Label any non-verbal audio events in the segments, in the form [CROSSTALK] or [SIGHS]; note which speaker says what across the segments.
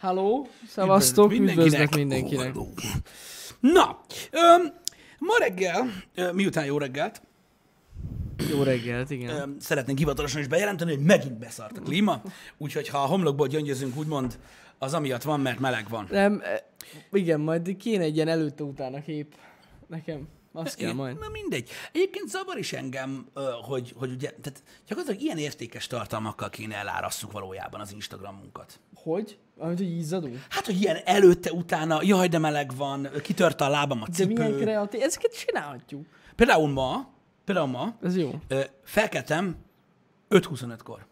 Speaker 1: Halló, szevasztok, üdvözlök mindenkinek.
Speaker 2: Halló. Na, öm, ma reggel, ö, miután jó reggelt,
Speaker 1: Jó reggelt, igen.
Speaker 2: öm, szeretnénk hivatalosan is bejelenteni, hogy megint beszart a klíma, úgyhogy ha a homlokból gyöngyözünk, úgymond, az amiatt van, mert meleg van.
Speaker 1: Nem, eh, igen, majd kéne egy ilyen előtte-utána kép nekem. Azt kell
Speaker 2: Igen,
Speaker 1: majd.
Speaker 2: Na mindegy. Egyébként zavar is engem, ö, hogy, hogy ugye, tehát gyakorlatilag ilyen értékes tartalmakkal kéne elárasszuk valójában az Instagramunkat.
Speaker 1: Hogy? Amit, hogy izzadunk?
Speaker 2: Hát, hogy ilyen előtte, utána, jaj, de meleg van, kitörte a lábam a
Speaker 1: De
Speaker 2: cipő.
Speaker 1: milyen kreatív, ezeket csinálhatjuk.
Speaker 2: Például ma, például ma,
Speaker 1: Ez jó.
Speaker 2: Ö, felkeltem 5.25-kor.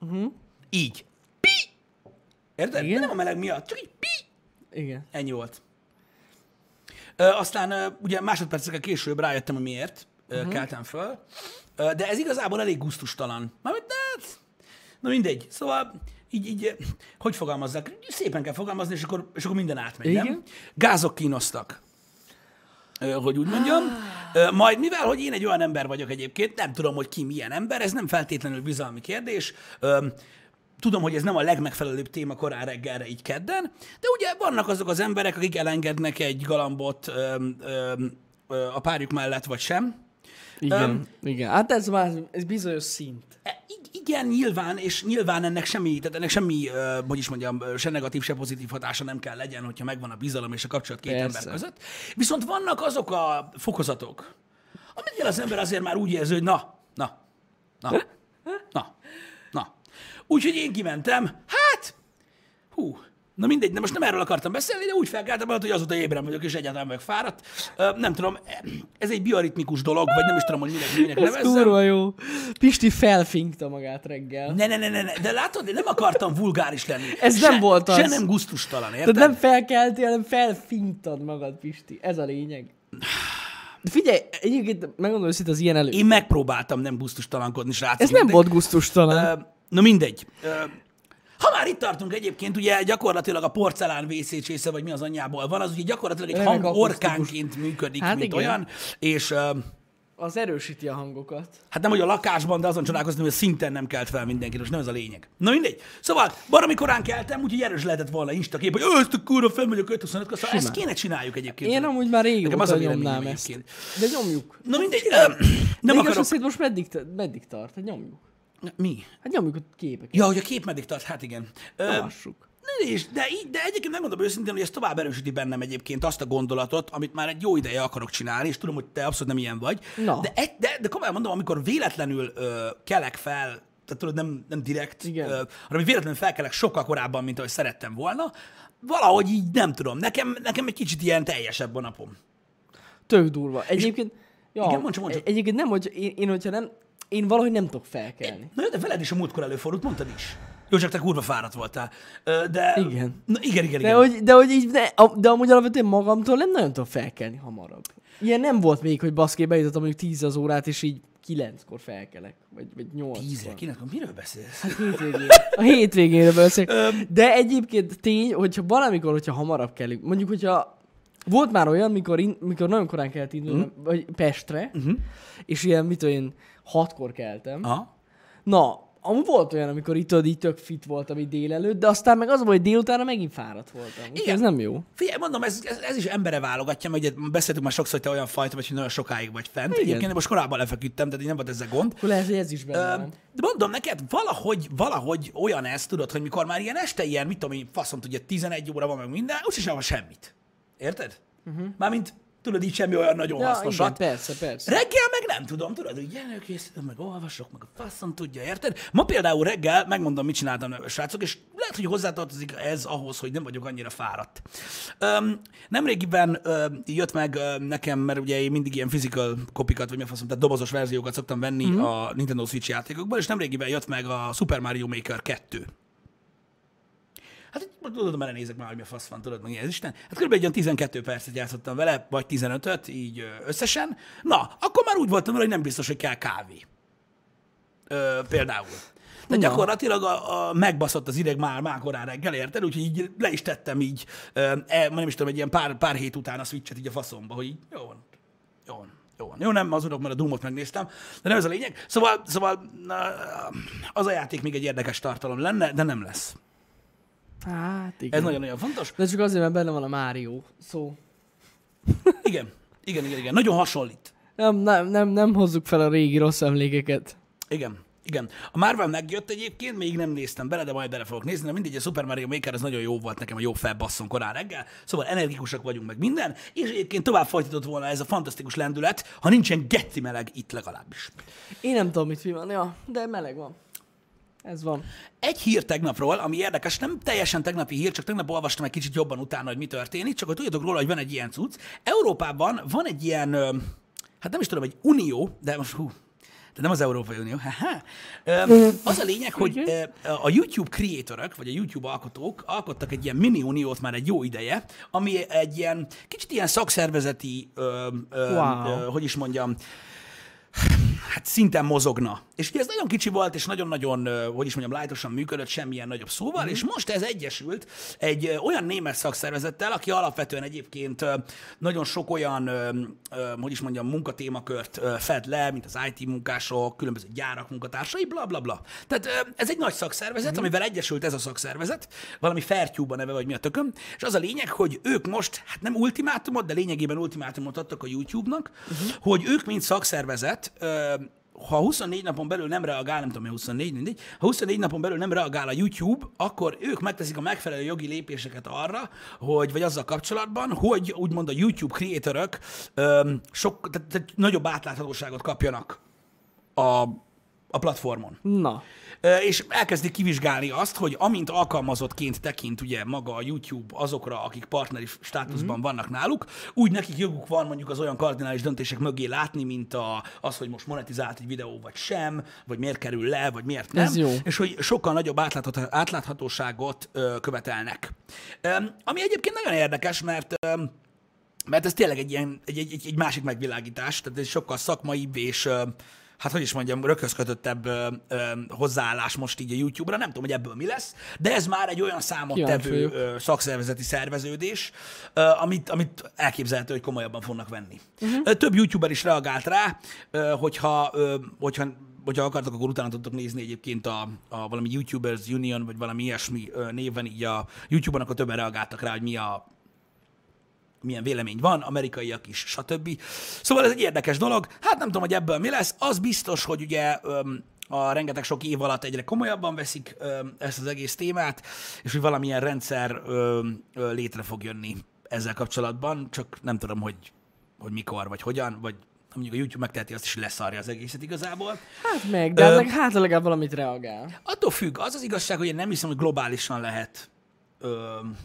Speaker 2: Uh-huh. Így. Pi! Érted?
Speaker 1: Mhm. Igen?
Speaker 2: Igen? Nem a meleg miatt, csak így pi!
Speaker 1: Igen.
Speaker 2: Ennyi volt. Ö, aztán ö, ugye másodpercekkel később rájöttem, hogy miért ö,
Speaker 1: Mhm.
Speaker 2: uh-huh. keltem föl. Ö, de ez igazából elég gusztustalan. Mármint, de hát, na mindegy. Szóval így, így, ö, hogy fogalmazzak? Szépen kell fogalmazni, és akkor, és akkor minden átmegy,
Speaker 1: Igen.
Speaker 2: nem? Gázok kínoztak. Ö, hogy úgy mondjam. Ö, Majd mivel, hogy én egy olyan ember vagyok egyébként, nem tudom, hogy ki milyen ember, ez nem feltétlenül bizalmi kérdés. Ö, Tudom, hogy ez nem a legmegfelelőbb téma korán reggelre, így kedden, de ugye vannak azok az emberek, akik elengednek egy galambot ö, ö, ö, a párjuk mellett, vagy sem.
Speaker 1: Igen. igen. Hát ez már, ez bizonyos szint.
Speaker 2: E, ig- Igen, nyilván, és nyilván ennek semmi, tehát ennek semmi, ö, hogy is mondjam, ö, se negatív, se pozitív hatása nem kell legyen, hogyha megvan a bizalom és a kapcsolat két
Speaker 1: Persze.
Speaker 2: ember között. Viszont vannak azok a fokozatok, amikkel az ember azért már úgy érzi, hogy na, na, na, na, na. Úgyhogy én kimentem, hát, hú, na mindegy, de most nem erről akartam beszélni, de úgy felkeltem, hogy azóta ébren vagyok, és egyáltalán megfáradt. Ö, Nem tudom, e, ez egy bioritmikus dolog, vagy nem is tudom, hogy minek, minek
Speaker 1: Ez
Speaker 2: nevezzem.
Speaker 1: kurva jó. Pisti felfinkta magát reggel.
Speaker 2: Ne, ne, ne, ne, ne, de látod, én nem akartam vulgáris lenni.
Speaker 1: Ez nem
Speaker 2: se,
Speaker 1: volt
Speaker 2: Se
Speaker 1: az.
Speaker 2: nem guztustalan, érted?
Speaker 1: Tehát nem felkeltél, hanem felfintad magad, Pisti. Ez a [SIGHS] lényeg. De figyelj, egyébként megmondom őszintén, az ilyen elő.
Speaker 2: Én megpróbáltam nem guztustalankodni, srác.
Speaker 1: Ez nem volt gusztustalan.
Speaker 2: Uh, na mindegy. Uh, ha már itt tartunk egyébként, ugye gyakorlatilag a porcelán vészécsésze, vagy mi az anyjából van, az ugye gyakorlatilag egy
Speaker 1: Remek
Speaker 2: hangorkánként működik,
Speaker 1: Hát
Speaker 2: hát mint
Speaker 1: igen.
Speaker 2: igen. olyan, és uh,
Speaker 1: Az erősíti a hangokat.
Speaker 2: hát nem, hogy a lakásban, de azon csodálkoztam, hogy a szinten nem kelt fel mindenki, most nem ez a lényeg. Na mindegy. Szóval baromi korán keltem, úgyhogy erős lehetett volna instakép, hogy ő, ezt a kurva, felmegyek 525 kor szóval ezt kéne csináljuk egyébként.
Speaker 1: Én amúgy már
Speaker 2: Nekem az
Speaker 1: régóta
Speaker 2: a véleményem
Speaker 1: nyomnám ezt.
Speaker 2: egyébként.
Speaker 1: De nyomjuk.
Speaker 2: Na mindegy, ö, nem
Speaker 1: Nem akarok.
Speaker 2: akarok...
Speaker 1: Azt most meddig, t- meddig tart? Hát nyomjuk.
Speaker 2: Mi?
Speaker 1: Hát nyomjuk a képeket.
Speaker 2: Ja, hogy a kép meddig tart, hát igen. Ö,
Speaker 1: Lássuk.
Speaker 2: ne is, de, így, de egyébként megmondom őszintén, hogy ez tovább erősíti bennem egyébként azt a gondolatot, amit már egy jó ideje akarok csinálni, és tudom, hogy te abszolút nem ilyen vagy.
Speaker 1: Na.
Speaker 2: De, egy, de, de komolyan mondom, amikor véletlenül ö, kelek fel, tehát tudod, nem, nem direkt,
Speaker 1: Igen.
Speaker 2: ö, hanem hogy véletlenül felkelek sokkal korábban, mint ahogy szerettem volna, valahogy így nem tudom, nekem, nekem egy kicsit ilyen teljesebb a napom.
Speaker 1: Tök durva. Egyébként, ja, E-
Speaker 2: Igen, mondd csak, mondd csak.
Speaker 1: egyébként nem, hogy én, én, hogyha nem, én valahogy nem tudok felkelni.
Speaker 2: Na jó, de veled is a múltkor előfordult, mondtad is. Jó, csak te kurva fáradt voltál. Ö, De...
Speaker 1: Igen.
Speaker 2: Na, igen, igen,
Speaker 1: De
Speaker 2: igen.
Speaker 1: hogy, de hogy így, ne, a- de amúgy alapvetően magamtól nem nagyon tudom felkelni hamarabb. Ilyen nem volt még, hogy baszké bejutottam mondjuk 10 az órát, és így 9-kor felkelek, vagy, vagy 8
Speaker 2: Tízre, kinek, miről beszélsz?
Speaker 1: Hétvégén. A hétvégéről beszélek. De egyébként tény, hogyha valamikor, hogyha hamarabb kell, mondjuk, hogyha volt már olyan, mikor, in, mikor nagyon korán kellett indulnom,
Speaker 2: Mhm.
Speaker 1: vagy Pestre, és ilyen, mit tudom én, hatkor keltem.
Speaker 2: Aha.
Speaker 1: Na, amúgy volt olyan, amikor itt tudod, így tök fit voltam így délelőtt, de aztán meg az volt, hogy délutánra megint fáradt voltam. Úgyhogy
Speaker 2: Igen.
Speaker 1: ez nem jó.
Speaker 2: Figyelj, mondom, ez, ez, ez, is embere válogatja, mert ugye beszéltünk már sokszor, hogy te olyan fajta vagy, hogy nagyon sokáig vagy fent.
Speaker 1: Igen.
Speaker 2: Egyébként most korábban lefeküdtem, tehát így nem volt ezzel gond.
Speaker 1: Akkor lehet, hogy ez is benne
Speaker 2: Ö,
Speaker 1: van.
Speaker 2: De mondom neked, valahogy, valahogy olyan ez, tudod, hogy mikor már ilyen este ilyen, mit tudom én, faszom tudja, 11 óra van meg minden, úgyse sem van semmit. Érted? Uh-huh. Mármint, tudod, így semmi olyan nagyon
Speaker 1: Mhm. Ja, igen,
Speaker 2: hasznosat.
Speaker 1: persze, persze.
Speaker 2: Reggel meg nem tudom, tudod, hogy előkészítem, meg olvasok, meg a faszom tudja, érted? Ma például reggel, megmondom, mit csináltam, srácok, és lehet, hogy hozzátartozik ez ahhoz, hogy nem vagyok annyira fáradt. Öm, nemrégiben öm, jött meg öm, nekem, mert ugye én mindig ilyen physical kopikat, vagy mi a faszom, tehát dobozos verziókat szoktam venni mm-hmm. a Nintendo Switch játékokból, és nemrégiben jött meg a Super Mario Maker 2. Hát így most tudod, merre nézek már, hogy mi a fasz van, tudod, meg ilyen, ez Isten. Hát körülbelül egy olyan 12 percet játszottam vele, vagy 15-öt, így ö, összesen. Na, akkor már úgy voltam vele, hogy nem biztos, hogy kell kávé. Ö, például. De
Speaker 1: Na.
Speaker 2: gyakorlatilag a, a, megbaszott az ideg már, már korán reggel, érted? Úgyhogy így le is tettem így, ö, e, nem is tudom, egy ilyen pár, pár hét után a switchet így a faszomba, hogy így, jó van, jó van, jó van. Jó, nem azonok, mert a Doomot megnéztem, de nem ez a lényeg. Szóval, szóval na, az a játék még egy érdekes tartalom lenne, de nem lesz.
Speaker 1: Hát igen.
Speaker 2: Ez nagyon-nagyon fontos.
Speaker 1: De csak azért, mert benne van a Mário szó.
Speaker 2: Igen, igen, igen, igen. Nagyon hasonlít.
Speaker 1: Nem, nem, nem, nem hozzuk fel a régi rossz emlékeket.
Speaker 2: Igen. Igen. A Marvel megjött egyébként, még nem néztem bele, de majd bele fogok nézni, de mindegy, a Super Mario Maker az nagyon jó volt nekem a jobb felbasszon korán reggel, szóval energikusak vagyunk meg minden, és egyébként tovább folytatott volna ez a fantasztikus lendület, ha nincsen geci meleg itt legalábbis.
Speaker 1: Én nem tudom, mit mi van, ja, de meleg van. Ez van.
Speaker 2: Egy hír tegnapról, ami érdekes, nem teljesen tegnapi hír, csak tegnap olvastam egy kicsit jobban utána, hogy mi történik, csak hogy tudjatok róla, hogy van egy ilyen cucc. Európában van egy ilyen, ö, hát nem is tudom, egy unió, de most hú, de nem az Európai Unió. [LAUGHS] haha. Ö, Az a lényeg, hogy ö, a YouTube creatorok, vagy a YouTube alkotók alkottak egy ilyen mini uniót már egy jó ideje, ami egy ilyen, kicsit ilyen szakszervezeti, ö, ö,
Speaker 1: Wow.
Speaker 2: ö, hogy is mondjam, hát szinten mozogna. És ugye ez nagyon kicsi volt, és nagyon-nagyon, ö, hogy is mondjam, lájtosan működött, semmilyen nagyobb szóval, és most ez egyesült egy ö, olyan német szakszervezettel, aki alapvetően egyébként ö, nagyon sok olyan, ö, ö, hogy is mondjam, munkatémakört ö, fed le, mint az IT munkások, különböző gyárak munkatársai, bla bla bla. Tehát ö, ez egy nagy szakszervezet, amivel egyesült ez a szakszervezet, valami Fertyúba neve, vagy mi a tököm, és az a lényeg, hogy ők most, hát nem ultimátumot, de lényegében ultimátumot adtak a YouTube-nak, uh-huh. hogy ők, mint szakszervezet, ö, ha 24 napon belül nem reagál, nem tudom, hogy 24, mindegy, ha 24 napon belül nem reagál a YouTube, akkor ők megteszik a megfelelő jogi lépéseket arra, hogy, vagy azzal kapcsolatban, hogy úgymond a YouTube creatorök öm, sok, tehát, tehát nagyobb átláthatóságot kapjanak a, a platformon.
Speaker 1: Na.
Speaker 2: Ö, és elkezdik kivizsgálni azt, hogy amint alkalmazottként tekint ugye maga a YouTube azokra, akik partneri státuszban
Speaker 1: Mhm.
Speaker 2: mm-hmm. vannak náluk, úgy nekik joguk van mondjuk az olyan kardinális döntések mögé látni, mint a, az, hogy most monetizált egy videó vagy sem, vagy miért kerül le, vagy miért nem.
Speaker 1: Ez jó.
Speaker 2: És hogy sokkal nagyobb átlátható- átláthatóságot ö, követelnek. Öm, ami egyébként nagyon érdekes, mert öm, mert ez tényleg egy, ilyen, egy, egy, egy- egy másik megvilágítás, tehát egy sokkal szakmaibb és, ö, hát hogy is mondjam, rökhözkötöttebb ö, ö, hozzáállás most így a YouTube-ra, nem tudom, hogy ebből mi lesz, de ez már egy olyan
Speaker 1: Kíváncsi
Speaker 2: számottevő
Speaker 1: vagyok.
Speaker 2: ö, szakszervezeti szerveződés, ö, amit, amit elképzelhető, hogy komolyabban fognak venni.
Speaker 1: Mhm.
Speaker 2: Uh-huh. Több YouTuber is reagált rá, ö, hogyha, ö, hogyha hogyha akartok, akkor utána tudtok nézni egyébként a, a valami YouTubers Union, vagy valami ilyesmi ö, néven így a YouTube-on, akkor többen reagáltak rá, hogy mi a, milyen vélemény van, amerikaiak is, stb. Szóval ez egy érdekes dolog. Hát nem tudom, hogy ebből mi lesz. Az biztos, hogy ugye öm, a rengeteg sok év alatt egyre komolyabban veszik öm, ezt az egész témát, és hogy valamilyen rendszer öm, ö, létre fog jönni ezzel kapcsolatban, csak nem tudom, hogy, hogy mikor, vagy hogyan, vagy mondjuk a YouTube megteheti azt is, hogy leszarja az egészet igazából.
Speaker 1: Hát meg, de
Speaker 2: Ö,
Speaker 1: leg, hát legalább valamit reagál.
Speaker 2: Attól függ, az az igazság, hogy én nem hiszem, hogy globálisan lehet öm,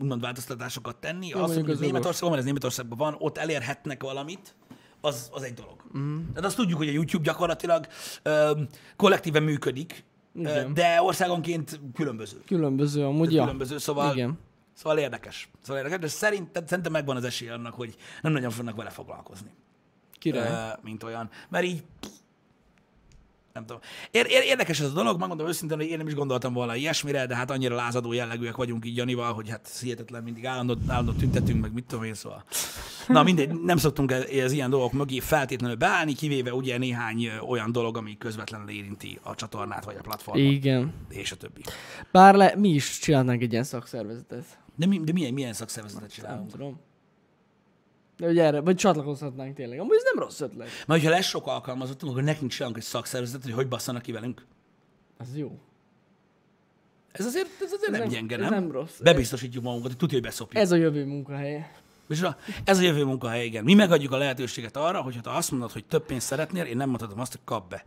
Speaker 2: úgymond változtatásokat tenni. Azt,
Speaker 1: mondjuk
Speaker 2: hogy ez
Speaker 1: az jogos.
Speaker 2: Németországban, van, ez Németországban van, ott elérhetnek valamit, az, az egy dolog.
Speaker 1: Mhm.
Speaker 2: Mm. Tehát azt tudjuk, hogy a YouTube gyakorlatilag öm, kollektíven működik, ö,
Speaker 1: Igen.
Speaker 2: de országonként különböző.
Speaker 1: Különböző amúgy, ja.
Speaker 2: Különböző, szóval,
Speaker 1: Igen.
Speaker 2: szóval érdekes. Szóval érdekes, de szerint, tehát szerintem megvan az esély annak, hogy nem nagyon fognak vele foglalkozni
Speaker 1: Király.
Speaker 2: ö, mint olyan. Mert így nem tudom. Ér- ér- érdekes ez a dolog, megmondom őszintén, hogy én nem is gondoltam volna ilyesmire, de hát annyira lázadó jellegűek vagyunk így Janival, hogy hát ez hihetetlen mindig állandó, állandó tüntetünk, meg mit tudom én, szóval. Na mindegy, nem szoktunk e- az ilyen dolgok mögé feltétlenül beállni, kivéve ugye néhány ö, olyan dolog, ami közvetlenül érinti a csatornát, vagy a platformot, I-
Speaker 1: Igen.
Speaker 2: és a többi.
Speaker 1: Bár le, mi is csinálnánk egy ilyen szakszervezetet.
Speaker 2: De, mi, de milyen, milyen szakszervezetet
Speaker 1: Nem
Speaker 2: csinálunk?
Speaker 1: tudom. De ugye erre, vagy csatlakozhatnánk tényleg. Amúgy ez nem rossz ötlet.
Speaker 2: Mert ha lesz sok alkalmazottunk, akkor nekünk csinálunk egy szakszervezetet, hogy hogy basszanak ki velünk.
Speaker 1: Ez jó.
Speaker 2: Ez azért, ez azért nem,
Speaker 1: nem-
Speaker 2: nem gyenge,
Speaker 1: ez
Speaker 2: nem?
Speaker 1: nem rossz.
Speaker 2: Bebiztosítjuk magunkat, hogy tudja, hogy beszopjuk.
Speaker 1: Ez a jövő munkahelye. [LAUGHS]
Speaker 2: És a, ez a jövő munkahely, igen. Mi megadjuk a lehetőséget arra, hogy ha te azt mondod, hogy több pénzt szeretnél, én nem mondhatom azt, hogy kap be.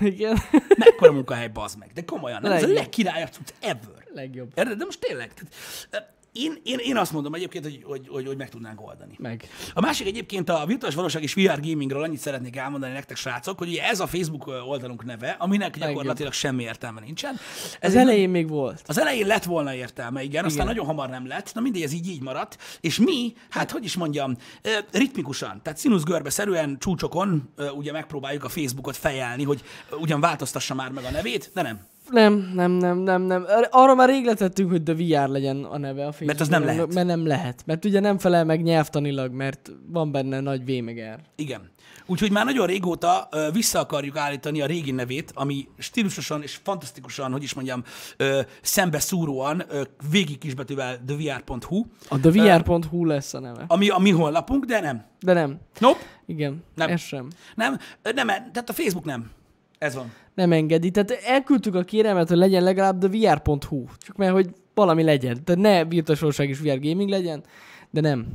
Speaker 1: Igen.
Speaker 2: Mekkora munkahely, bazd meg. De komolyan, nem? Ez a
Speaker 1: Legjobb.
Speaker 2: legkirályabb cucc ever.
Speaker 1: Legjobb.
Speaker 2: Érted? De most tényleg. Tehát, eh, én, én, én azt mondom egyébként, hogy, hogy, hogy, hogy meg tudnánk oldani.
Speaker 1: Meg.
Speaker 2: A másik egyébként a virtuális valóság és VR gamingről annyit szeretnék elmondani nektek, srácok, hogy ugye ez a Facebook oldalunk neve, aminek gyakorlatilag semmi értelme nincsen. Ez
Speaker 1: Az
Speaker 2: egy
Speaker 1: elején még volt.
Speaker 2: Az elején lett volna értelme, igen, aztán nagyon hamar nem lett, na mindegy, ez így így maradt, és mi, hát hogy is mondjam, ö, ritmikusan, tehát színuszgörbe szerűen csúcsokon ö, ugye megpróbáljuk a Facebookot fejelni, hogy ö, ugyan változtassa már meg a nevét, de nem.
Speaker 1: Nem, nem, nem, nem, nem. Ar- Arra már rég letettünk, hogy The VR legyen a neve a Facebookon.
Speaker 2: Mert az nem lehet.
Speaker 1: Mert nem lehet. Mert ugye nem felel meg nyelvtanilag, mert van benne nagy V meg R.
Speaker 2: Igen. Úgyhogy már nagyon régóta ö, vissza akarjuk állítani a régi nevét, ami stílusosan és fantasztikusan, hogy is mondjam, ö, szembeszúróan, ö, végig kisbetűvel theviar.hu,
Speaker 1: A thevr.hu lesz a neve.
Speaker 2: ami a mi honlapunk, de nem.
Speaker 1: De nem.
Speaker 2: Nope.
Speaker 1: Igen.
Speaker 2: Nem.
Speaker 1: Nem. Ez sem.
Speaker 2: Nem, ö, nem, tehát a Facebook nem. Ez van.
Speaker 1: Nem engedi. Tehát elküldtük a kérelmet, hogy legyen legalább thevr.hu. Csak mert, hogy valami legyen. Tehát ne virtuálisország és VR gaming legyen, de nem.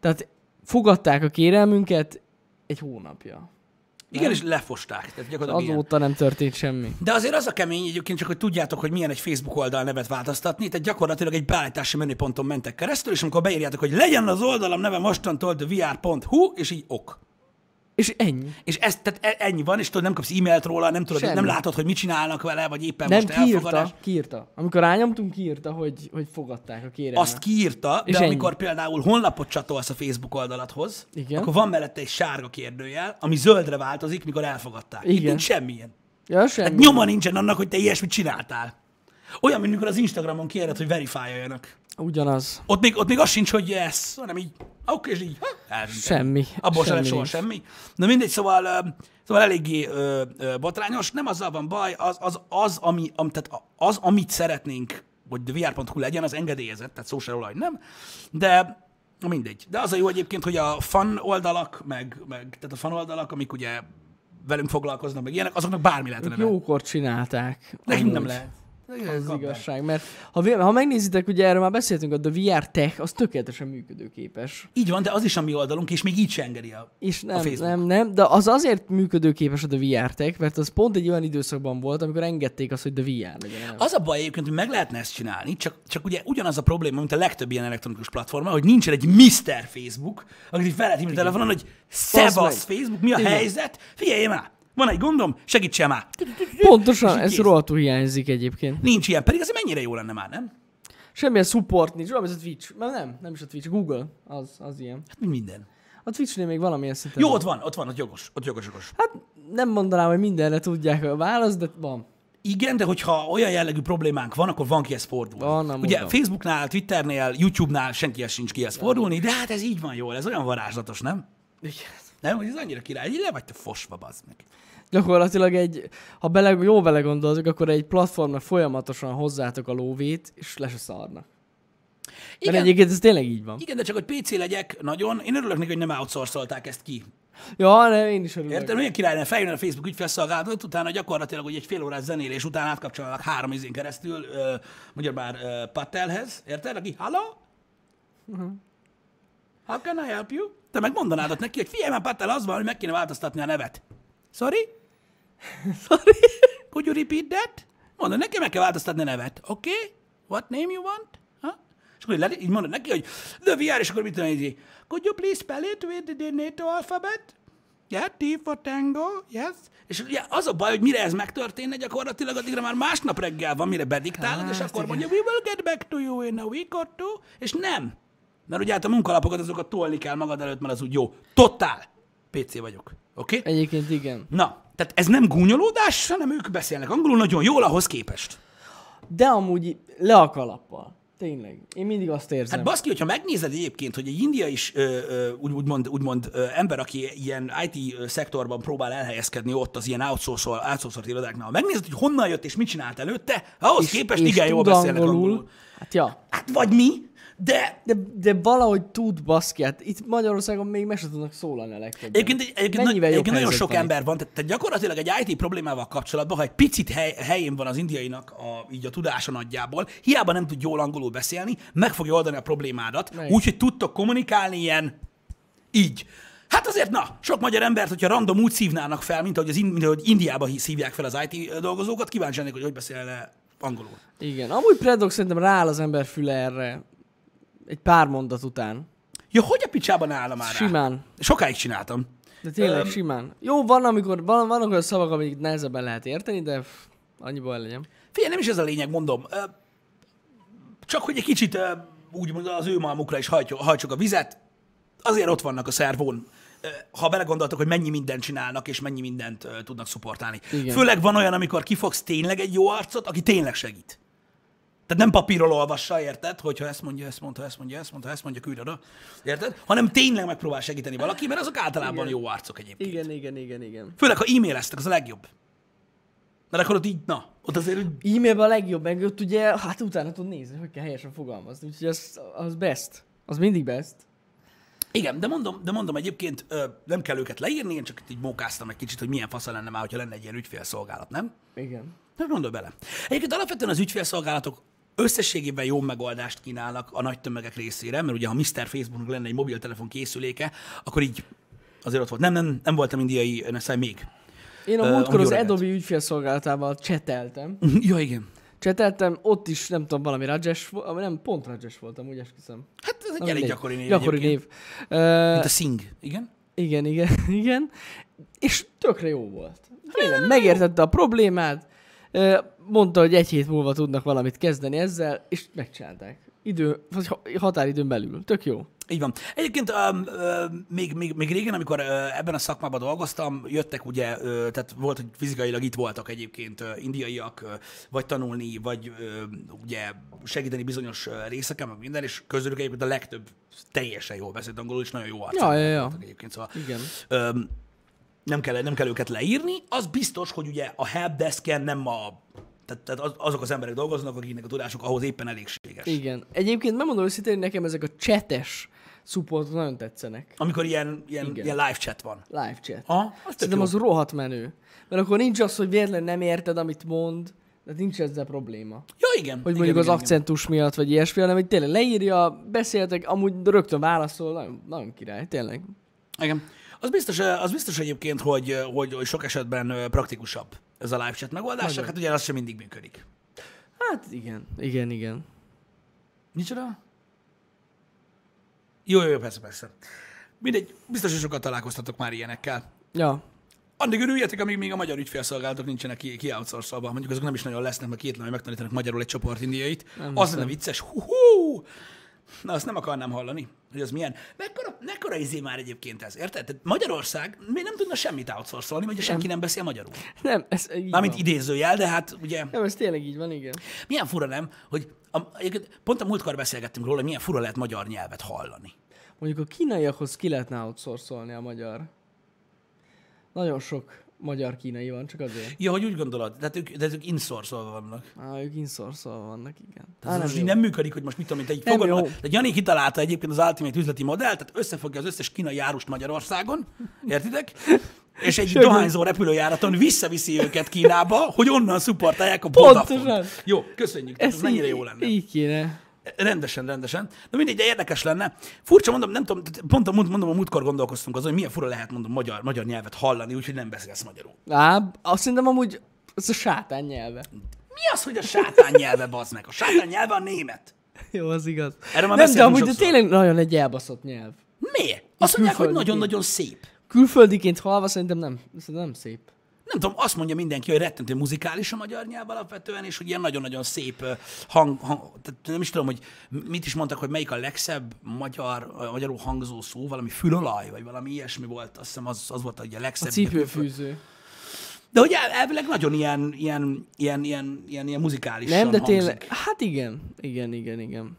Speaker 1: Tehát fogadták a kérelmünket egy hónapja.
Speaker 2: Igen, és lefosták. Tehát gyakorlatilag ilyen.
Speaker 1: Azóta nem történt semmi.
Speaker 2: De azért az a kemény egyébként, csak hogy tudjátok, hogy milyen egy Facebook oldal nevet változtatni. Tehát gyakorlatilag egy beállítási menüponton mentek keresztül, és amikor beírjátok, hogy legyen az oldalam neve mostantól thevr.hu, és így ok.
Speaker 1: És ennyi.
Speaker 2: És ez, tehát e- ennyi van, és tudod, nem kapsz e-mailt róla, nem tudod,
Speaker 1: Semmi.
Speaker 2: nem látod, hogy mit csinálnak vele, vagy éppen
Speaker 1: Nem,
Speaker 2: Hát most elfogadás.
Speaker 1: kiírta, kiírta. Amikor rányomtunk, kiírta, hogy, hogy fogadták a kérelmet.
Speaker 2: Azt kiírta, de
Speaker 1: És ennyi.
Speaker 2: amikor például honlapot csatolsz a Facebook oldaladhoz,
Speaker 1: Igen.
Speaker 2: akkor van mellette egy sárga kérdőjel, ami zöldre változik, mikor elfogadták. Igen. Itt
Speaker 1: Igen.
Speaker 2: nincs semmilyen.
Speaker 1: Ja, semmi.
Speaker 2: Tehát Hát nyoma nincsen annak, hogy te ilyesmit csináltál. Olyan, mint amikor az Instagramon kéred, hogy verifáljanak.
Speaker 1: Ugyanaz.
Speaker 2: Ott még, ott még az sincs, hogy yes, hanem így, ah, oké, és így, ha, elviszem.
Speaker 1: Semmi.
Speaker 2: Abból sem
Speaker 1: Semmi
Speaker 2: lett soha
Speaker 1: nincs.
Speaker 2: semmi. Na mindegy, szóval, ö, szóval eléggé ö, ö, botrányos. Nem azzal van baj, az, az, az, ami, am, tehát az amit szeretnénk, hogy VR.hu legyen, az engedélyezett, tehát szó se róla, hogy nem. De na mindegy. De az a jó egyébként, hogy a fan oldalak, meg, meg tehát a fan oldalak, amik ugye velünk foglalkoznak, meg ilyenek, azoknak bármi lehet a neve.
Speaker 1: Jókor csinálták.
Speaker 2: Nekünk nem
Speaker 1: Amúgy.
Speaker 2: lehet.
Speaker 1: Ez igazság, mert ha, vi- ha megnézitek, ugye erről már beszéltünk, a The VR Tech az tökéletesen működőképes.
Speaker 2: Így van, de az is a mi oldalunk, és még így se engedi a...
Speaker 1: És nem,
Speaker 2: Facebook.
Speaker 1: nem, nem, de az azért működőképes a The VR Tech, mert az pont egy olyan időszakban volt, amikor engedték azt, hogy The VR legyen. A...
Speaker 2: Az a baj egyébként, hogy meg lehetne ezt csinálni, csak, csak ugye ugyanaz a probléma, mint a legtöbb ilyen elektronikus platforma, hogy nincsen egy Mr. Facebook, akit így fel lehet hívni a telefonon, hogy szevasz
Speaker 1: meg.
Speaker 2: Facebook, mi a
Speaker 1: Igen.
Speaker 2: helyzet? Figyelj már, van egy gondom, segítsen már.
Speaker 1: Hát Pontosan,
Speaker 2: így
Speaker 1: ez
Speaker 2: kész.
Speaker 1: rohadtul hiányzik egyébként.
Speaker 2: Nincs ilyen, pedig azért mennyire jó lenne már, nem?
Speaker 1: Semmilyen support nincs, valami ez a Twitch. Nem, nem, nem is a Twitch, Google, az, az ilyen.
Speaker 2: Hát mi minden.
Speaker 1: A Twitchnél még valamilyen szinten.
Speaker 2: Jó,
Speaker 1: van.
Speaker 2: ott van, ott van, ott jogos, ott jogos, jogos.
Speaker 1: Hát nem mondanám, hogy mindenre tudják a választ, de van.
Speaker 2: Igen, de hogyha olyan jellegű problémánk van, akkor van kihez fordulni.
Speaker 1: Van, nem
Speaker 2: Ugye
Speaker 1: mondom.
Speaker 2: Facebooknál, Twitternél, YouTube-nál senki sincs kihez fordulni, de hát ez így van jól, ez olyan varázslatos, nem?
Speaker 1: Igen.
Speaker 2: Nem, hogy ez annyira király, így le vagy te fosva, bazd meg.
Speaker 1: Gyakorlatilag egy, ha bele, jó belegondoltok, akkor egy platformnak folyamatosan hozzátok a lóvét, és le se szarnak. Igen. Mert
Speaker 2: Igen,
Speaker 1: egyébként ez tényleg így van.
Speaker 2: igen, de csak hogy PC legyek nagyon, én örülök neki, hogy nem outsourcolták ezt ki.
Speaker 1: Ja, nem, én is örülök.
Speaker 2: Érted? Milyen király lenne feljön a Facebook ügyfélszolgálatot, utána gyakorlatilag hogy egy fél órás zenélés után átkapcsolnak három izén keresztül, ö, magyar már ö, Patelhez, érted? Aki, hello? How can I help you? Te megmondanád ott neki, hogy figyelj már Patel, az van, hogy meg kéne változtatni a nevet. Sorry?
Speaker 1: Sorry.
Speaker 2: [LAUGHS] Could you repeat that? Mondod neki, meg kell változtatni a nevet. Oké? Okay? What name you want? Ha? És akkor így le- így mondod neki, hogy the VR, és akkor mit tudom, így, could you please spell it with the NATO alphabet? Yeah, T for tango, yes. És ugye az a baj, hogy mire ez megtörténne, gyakorlatilag addigra már másnap reggel van, mire bediktálod, és
Speaker 1: Hát
Speaker 2: akkor
Speaker 1: igen.
Speaker 2: mondja, we will get back to you in a week or two, és nem. Mert ugye hát a munkalapokat azokat tolni kell magad előtt, mert az úgy jó. Totál. PC vagyok. Oké? Okay?
Speaker 1: Egyébként igen.
Speaker 2: Na, tehát ez nem gúnyolódás, hanem ők beszélnek angolul nagyon jól ahhoz képest.
Speaker 1: De amúgy le a kalappal. Tényleg. Én mindig azt érzem.
Speaker 2: Hát baszki, hogyha megnézed egyébként, hogy egy india is ö, ö, úgy, úgymond, úgymond ö, ember, aki ilyen IT szektorban próbál elhelyezkedni ott az ilyen outsourcol- outsourcolt irodáknál, ha megnézed, hogy honnan jött és mit csinált előtte, ahhoz és, képest
Speaker 1: És
Speaker 2: igen jól
Speaker 1: tud
Speaker 2: beszélnek angolul. angolul.
Speaker 1: Hát ja.
Speaker 2: Hát vagy mi, de
Speaker 1: De, de valahogy tud baszki, hát itt Magyarországon még meg se tudnak szólalni a legtöbben.
Speaker 2: Egyébként, egyébként, nagy,
Speaker 1: Mennyivel jobb
Speaker 2: egyébként nagyon
Speaker 1: helyzet
Speaker 2: sok
Speaker 1: van
Speaker 2: ember van, tehát, tehát gyakorlatilag egy IT problémával kapcsolatban, ha egy picit hely, helyén van az indiainak a, így a tudása nagyjából, hiába nem tud jól angolul beszélni, meg fogja oldani a problémádat,
Speaker 1: Meg.
Speaker 2: úgyhogy tudtok kommunikálni ilyen így. Hát azért, na, sok magyar embert, hogyha random úgy szívnának fel, mint ahogy, az, in- mint ahogy Indiába hi- szívják fel az IT dolgozókat, kíváncsi lennék, hogy hogy beszélne angolul.
Speaker 1: Igen. Amúgy Predox szerintem rááll az ember füle erre. Egy pár mondat után.
Speaker 2: Ja, hogy a picsában áll már rá?
Speaker 1: Simán.
Speaker 2: Sokáig csináltam.
Speaker 1: De tényleg um, simán. Jó, van, amikor, van, vannak olyan szavak, amik nehezebben lehet érteni, de pff, annyiból el legyen.
Speaker 2: Figyelj, nem is ez a lényeg, mondom. Ö, Csak hogy egy kicsit ö, úgymond az ő malmukra is hajtjuk, hajtsuk a vizet, azért ott vannak a szervón. Ö, Ha belegondoltok, hogy mennyi mindent csinálnak, és mennyi mindent ö, tudnak szuportálni.
Speaker 1: Igen.
Speaker 2: Főleg van olyan, amikor kifogsz tényleg egy jó arcot, aki tényleg segít. Tehát nem papíról olvassa, érted? Hogyha ezt mondja, ezt mondta, ezt mondja, ezt mondta, ezt mondja, küld oda. Érted? Hanem tényleg megpróbál segíteni valaki, mert azok általában
Speaker 1: Igen.
Speaker 2: jó arcok egyébként.
Speaker 1: Igen, igen, igen, igen.
Speaker 2: Főleg, ha e-maileztek, az a legjobb. Mert akkor ott így, na, ott azért úgy
Speaker 1: E-mailben a legjobb, meg ott ugye, hát utána tudod nézni, hogy kell helyesen fogalmazni, úgyhogy az, az best. Az mindig best.
Speaker 2: Igen, de mondom, de mondom egyébként ö, nem kell őket leírni, én csak itt így mókáztam egy kicsit, hogy milyen fasza lenne már, hogyha lenne egy ilyen ügyfélszolgálat, nem?
Speaker 1: Igen.
Speaker 2: Hát gondolj bele. Egyébként alapvetően az ügyfélszolgálatok összességében jó megoldást kínálnak a nagy tömegek részére, mert ugye ha Mr. Facebooknak lenne egy mobiltelefon készüléke, akkor így azért ott volt. Nem, nem, nem voltam indiai, ne szállj még. [LAUGHS]
Speaker 1: Én
Speaker 2: Ö,
Speaker 1: a múltkor
Speaker 2: ami
Speaker 1: az
Speaker 2: jó reggelt.
Speaker 1: Adobe ügyfélszolgálatával cseteltem.
Speaker 2: ja, igen.
Speaker 1: Cseteltem, ott is nem tudom, valami Rajesh volt, nem, pont Rajesh voltam, úgy esküszöm.
Speaker 2: Hát ez egy
Speaker 1: Na,
Speaker 2: elég
Speaker 1: mindegy.
Speaker 2: gyakori név.
Speaker 1: Gyakori
Speaker 2: egyébként.
Speaker 1: név. Ö,
Speaker 2: Mint a Sing, igen?
Speaker 1: Igen, igen, [LAUGHS] igen. És tökre jó volt. Tényleg megértette a problémát, ö, mondta, hogy egy hét múlva tudnak valamit kezdeni ezzel, és megcsinálták. Idő, vagy ha- határidőn belül. Tök jó.
Speaker 2: Így van. Egyébként um, uh, még, még, még régen, amikor uh, ebben a szakmában dolgoztam, jöttek ugye, uh, tehát volt, hogy fizikailag itt voltak egyébként uh, indiaiak, uh, vagy tanulni, vagy uh, ugye segíteni bizonyos uh, részeken, meg minden, és közülük egyébként a legtöbb teljesen jól beszélt angolul, és nagyon jó arcok
Speaker 1: ja, ja.
Speaker 2: voltak egyébként. Szóval
Speaker 1: Igen.
Speaker 2: um, nem kell, nem kell őket leírni. Az biztos, hogy ugye a helpdesken nem a... Tehát, tehát az- azok az emberek dolgoznak, akiknek a tudásuk ahhoz éppen elégséges.
Speaker 1: Igen. Egyébként megmondom őszintén, hogy nekem ezek a csetes supportok nagyon tetszenek.
Speaker 2: Amikor ilyen, ilyen,
Speaker 1: Igen.
Speaker 2: ilyen live chat van.
Speaker 1: Live chat.
Speaker 2: Aha, Ah, az tök
Speaker 1: Szerintem
Speaker 2: jó.
Speaker 1: az rohadt menő. Mert akkor nincs az, hogy véletlen nem érted, amit mond, de nincs ezzel probléma.
Speaker 2: Ja, igen.
Speaker 1: Hogy
Speaker 2: igen,
Speaker 1: mondjuk az
Speaker 2: igen, igen.
Speaker 1: akcentus miatt, vagy ilyesmi, hanem hogy tényleg leírja, beszéltek, amúgy rögtön válaszol, nagyon, nagyon király, tényleg.
Speaker 2: Igen. Az biztos, az biztos egyébként, hogy, hogy, hogy sok esetben ö, praktikusabb ez a live chat megoldás, csak hát ugye az sem mindig működik.
Speaker 1: Hát igen, igen, igen.
Speaker 2: Nincs oda? Jó, jó, jó, persze, persze. Mindegy, biztos, hogy sokat találkoztatok már ilyenekkel.
Speaker 1: Ja,
Speaker 2: Addig örüljetek, amíg még a magyar ügyfélszolgálatok nincsenek ki, ki outsourcolva. Mondjuk azok nem is nagyon lesznek, mert kétlen, hogy megtanítanak magyarul egy csoport indiait. Nem az lenne vicces. Hú, hú! Na, azt nem akarnám hallani, hogy az milyen. Mekkora, mekkora izé már egyébként ez, érted? Tehát Magyarország még nem tudna semmit outsourcolni, mert ugye senki nem beszél magyarul.
Speaker 1: nem, ez így
Speaker 2: Mármint
Speaker 1: van.
Speaker 2: idézőjel, de hát ugye...
Speaker 1: Nem, ez tényleg így van, igen.
Speaker 2: Milyen fura nem, hogy a, egyébként pont a múltkor beszélgettünk róla, hogy milyen fura lehet magyar nyelvet hallani.
Speaker 1: Mondjuk a kínaiakhoz ki lehetne outsourcolni a magyar. Nagyon sok magyar kínai van, csak azért.
Speaker 2: Ja, hogy úgy gondolod, de ők, de ők insourcolva vannak.
Speaker 1: Á, ők insourcolva vannak, igen. Á,
Speaker 2: Tehát ez
Speaker 1: nem
Speaker 2: most így
Speaker 1: jó.
Speaker 2: nem működik, hogy most mit tudom, mint egy
Speaker 1: Nem
Speaker 2: fogad,
Speaker 1: jó.
Speaker 2: de Jani kitalálta egyébként az Ultimate üzleti modellt, tehát összefogja az összes kínai járust Magyarországon, értitek? És egy dohányzó repülőjáraton visszaviszi őket Kínába, hogy onnan szuportálják a
Speaker 1: Pontosan.
Speaker 2: Vodafone. Jó, köszönjük. Ez, ez mennyire
Speaker 1: így-
Speaker 2: jó lenne.
Speaker 1: Így kéne.
Speaker 2: Rendesen, rendesen. De mindegy, de érdekes lenne. Furcsa mondom, nem tudom, tehát pont a, múlt- mondom, a múltkor gondolkoztunk azon, hogy milyen fura lehet mondom magyar, magyar nyelvet hallani, úgyhogy nem beszélsz magyarul.
Speaker 1: Á, azt szerintem amúgy ez a sátán nyelve.
Speaker 2: Mi az, hogy a sátán nyelve bazd meg? A sátán nyelve a német.
Speaker 1: Jó, az igaz.
Speaker 2: Erről
Speaker 1: nem,
Speaker 2: már
Speaker 1: de
Speaker 2: beszéltünk
Speaker 1: amúgy de
Speaker 2: sokszor.
Speaker 1: tényleg nagyon egy elbaszott nyelv.
Speaker 2: Miért? Azt mondják, hogy
Speaker 1: külföldi.
Speaker 2: nagyon-nagyon szép.
Speaker 1: Külföldiként halva szerintem nem, szerintem nem szép.
Speaker 2: Nem tudom, azt mondja mindenki, hogy rettentő muzikális a magyar nyelv alapvetően, és hogy ilyen nagyon-nagyon szép ö, hang, hang tehát nem is tudom, hogy m- mit is mondtak, hogy melyik a legszebb magyar, ö, magyarul hangzó szó, valami fülolaj, vagy valami ilyesmi volt, azt hiszem az, az volt hogy a legszebb.
Speaker 1: A cipőfűző.
Speaker 2: De hogy el- elvileg nagyon ilyen, ilyen, ilyen, ilyen, ilyen, ilyen muzikális.
Speaker 1: Nem, de tényleg, hát igen, igen, igen, igen.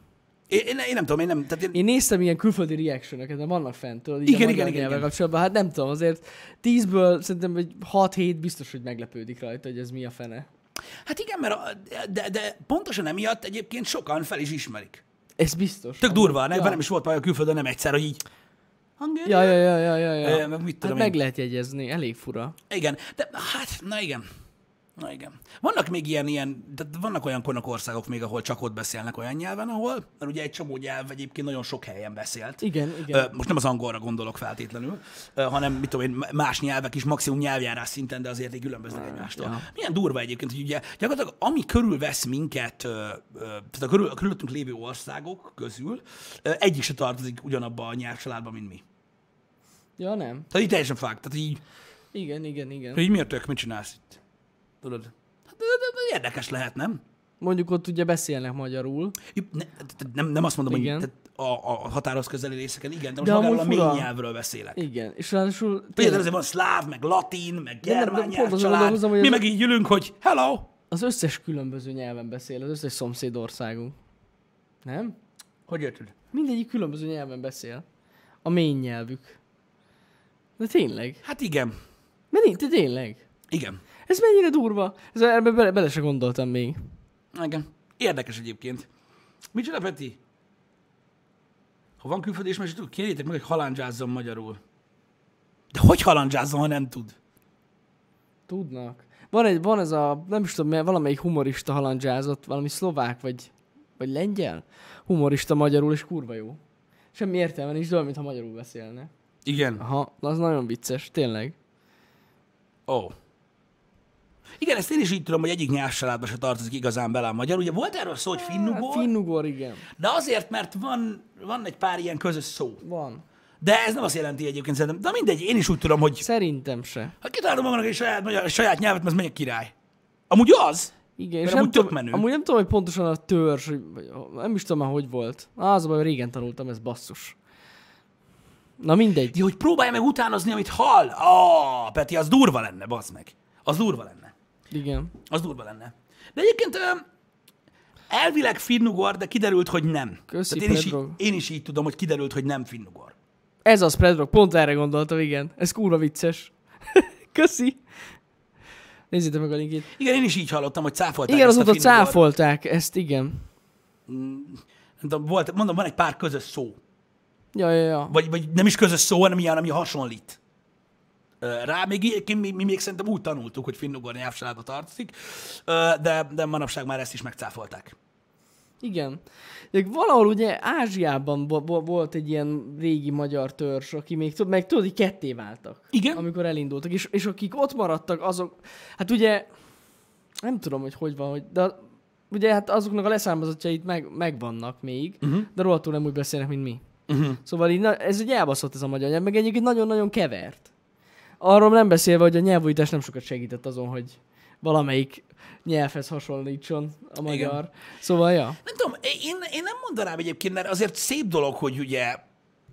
Speaker 2: Én, én, én, nem tudom, én nem. Tehát én,
Speaker 1: Én néztem ilyen külföldi reaction de vannak fent, tudod, így
Speaker 2: Igen,
Speaker 1: a
Speaker 2: igen,
Speaker 1: magyar
Speaker 2: igen,
Speaker 1: nyelvvel
Speaker 2: igen.
Speaker 1: kapcsolatban. Hát nem tudom, azért 10-ből szerintem egy 6-7 biztos, hogy meglepődik rajta, hogy ez mi a fene.
Speaker 2: hát igen, mert a, de, de pontosan emiatt egyébként sokan fel is ismerik.
Speaker 1: Ez biztos.
Speaker 2: Tök durva, nem,
Speaker 1: Ja.
Speaker 2: velem is volt pálya külföldön, nem egyszer, hogy így. Hungary?
Speaker 1: Ja, ja, ja, ja, ja,
Speaker 2: Ö,
Speaker 1: ja.
Speaker 2: meg mit
Speaker 1: Hát
Speaker 2: tudom
Speaker 1: meg
Speaker 2: én.
Speaker 1: lehet jegyezni, elég fura.
Speaker 2: Igen, de hát, na igen. Na igen. Vannak még ilyen, ilyen, de vannak olyan konok országok még, ahol csak ott beszélnek olyan nyelven, ahol, mert ugye egy csomó nyelv egyébként nagyon sok helyen beszélt.
Speaker 1: Igen, igen.
Speaker 2: Ö, most nem az angolra gondolok feltétlenül, ö, hanem mit tudom én, m- más nyelvek is maximum nyelvjárás szinten, de azért így különböznek egymástól.
Speaker 1: ja.
Speaker 2: Milyen durva egyébként, hogy ugye gyakorlatilag ami körülvesz minket, ö, ö, tehát a, körül, a körülöttünk lévő országok közül, ö, egyik se tartozik ugyanabba a nyelvcsaládba, mint mi.
Speaker 1: Ja, nem.
Speaker 2: Tehát így teljesen fák. Tehát így,
Speaker 1: Igen, igen, igen.
Speaker 2: hogy így miért tök, mit csinálsz itt? Tudod? Hát, ö, ö, ö, érdekes lehet, nem?
Speaker 1: Mondjuk ott ugye beszélnek magyarul.
Speaker 2: Ne, tehát nem, nem azt mondom,
Speaker 1: Igen.
Speaker 2: hogy tehát a, a határhoz közeli részeken, igen, de
Speaker 1: De
Speaker 2: most de magáról a
Speaker 1: amúgy
Speaker 2: mély
Speaker 1: fura.
Speaker 2: nyelvről beszélek.
Speaker 1: Igen, és ráadásul...
Speaker 2: Például azért van szláv, meg latin, meg
Speaker 1: nem, de
Speaker 2: germán
Speaker 1: pont azon
Speaker 2: nyelvcsalád.
Speaker 1: gondolkozom, hogy
Speaker 2: Mi
Speaker 1: ez-
Speaker 2: meg így ülünk, hogy hello,
Speaker 1: az összes különböző nyelven beszél, az összes szomszédországunk. Nem?
Speaker 2: Hogy érted?
Speaker 1: Mindegyik különböző nyelven beszél. A mény nyelvük. De tényleg.
Speaker 2: Hát igen.
Speaker 1: Mert én, de tényleg.
Speaker 2: Igen.
Speaker 1: Ez mennyire durva. Ez, ebbe bele, bele se gondoltam még.
Speaker 2: Igen. Érdekes egyébként. Micsoda, Peti? Ha van külföldi ismerős, tud, kérjétek meg, hogy halandzsázzon magyarul. De hogy halandzsázzon, ha nem tud?
Speaker 1: Tudnak. Van, egy, van ez a, nem is tudom, mert valamelyik humorista halandzsázott, valami szlovák, vagy, vagy lengyel? Humorista magyarul, és kurva jó. Semmi értelme nincs, de olyan, mintha magyarul beszélne.
Speaker 2: Igen.
Speaker 1: Aha, az nagyon vicces, tényleg.
Speaker 2: Ó. Oh. Igen, ezt én is így tudom, hogy egyik nyelvcsaládba se tartozik igazán bele a magyar. Ugye volt erről szó, hogy finnugor,
Speaker 1: Hát, finnugor, igen.
Speaker 2: de azért, mert van, van egy pár ilyen közös szó.
Speaker 1: Van.
Speaker 2: De ez nem azt jelenti egyébként szerintem. De mindegy, én is úgy tudom, hogy
Speaker 1: Szerintem se.
Speaker 2: ha kitalálom magamnak egy saját, magyar, saját nyelvet, mert megyek király. Amúgy az?
Speaker 1: Igen,
Speaker 2: Mert
Speaker 1: és nem
Speaker 2: amúgy tök
Speaker 1: tudom,
Speaker 2: menő.
Speaker 1: amúgy nem tudom, hogy pontosan a törzs, vagy- vagy, nem is tudom már, hogy volt. Á, Az a baj, hogy régen tanultam, ez basszus. Na mindegy.
Speaker 2: Ja, hogy próbálja meg utánozni, amit hall. Ah, Peti, az durva lenne, basz meg. Az durva lenne.
Speaker 1: Igen.
Speaker 2: Az durva lenne. De egyébként ö, elvileg finnugor, de kiderült, hogy nem.
Speaker 1: Köszi,
Speaker 2: Tehát én, is így,
Speaker 1: Pedro.
Speaker 2: én is így tudom, hogy kiderült, hogy nem finnugor.
Speaker 1: Ez az Predrock, pont erre gondoltam, igen. Ez kurva vicces. [LAUGHS] Köszi. Nézzétek meg a linkét.
Speaker 2: Igen, én is így hallottam, hogy cáfolták
Speaker 1: Igen,
Speaker 2: ezt a
Speaker 1: azóta
Speaker 2: finnugor.
Speaker 1: cáfolták ezt, igen.
Speaker 2: Nem tudom, Volt, mondom, van egy pár közös szó.
Speaker 1: Ja, ja, ja.
Speaker 2: Vagy, vagy nem is közös szó, hanem ilyen, ami hasonlít. Ö, Rá még, egyébként mi, mi még szerintem úgy tanultuk, hogy finnugor nyelvcsaládba tartozik, ö, de, de manapság már ezt is megcáfolták.
Speaker 1: Igen. De Valahol ugye Ázsiában bo- bo- volt egy ilyen régi magyar törzs, aki még, tud, meg tudod, így ketté váltak.
Speaker 2: Igen.
Speaker 1: Amikor elindultak, és, és akik ott maradtak, azok, hát ugye, nem tudom, hogy hogy van, hogy, de ugye hát azoknak a leszármazottjait meg, megvannak még,
Speaker 2: Mhm.
Speaker 1: uh-huh. de rohadtul nem úgy beszélnek, mint mi. Uh-huh. Szóval így, na, ez egy elbaszott ez a magyar nyelv, meg egyébként nagyon-nagyon kevert. Arról nem beszélve, hogy a nyelvújítás nem sokat segített azon, hogy valamelyik nyelvhez hasonlítson a magyar. Igen. Szóval, ja.
Speaker 2: Nem tudom, én, én nem mondanám egyébként, mert azért szép dolog, hogy ugye,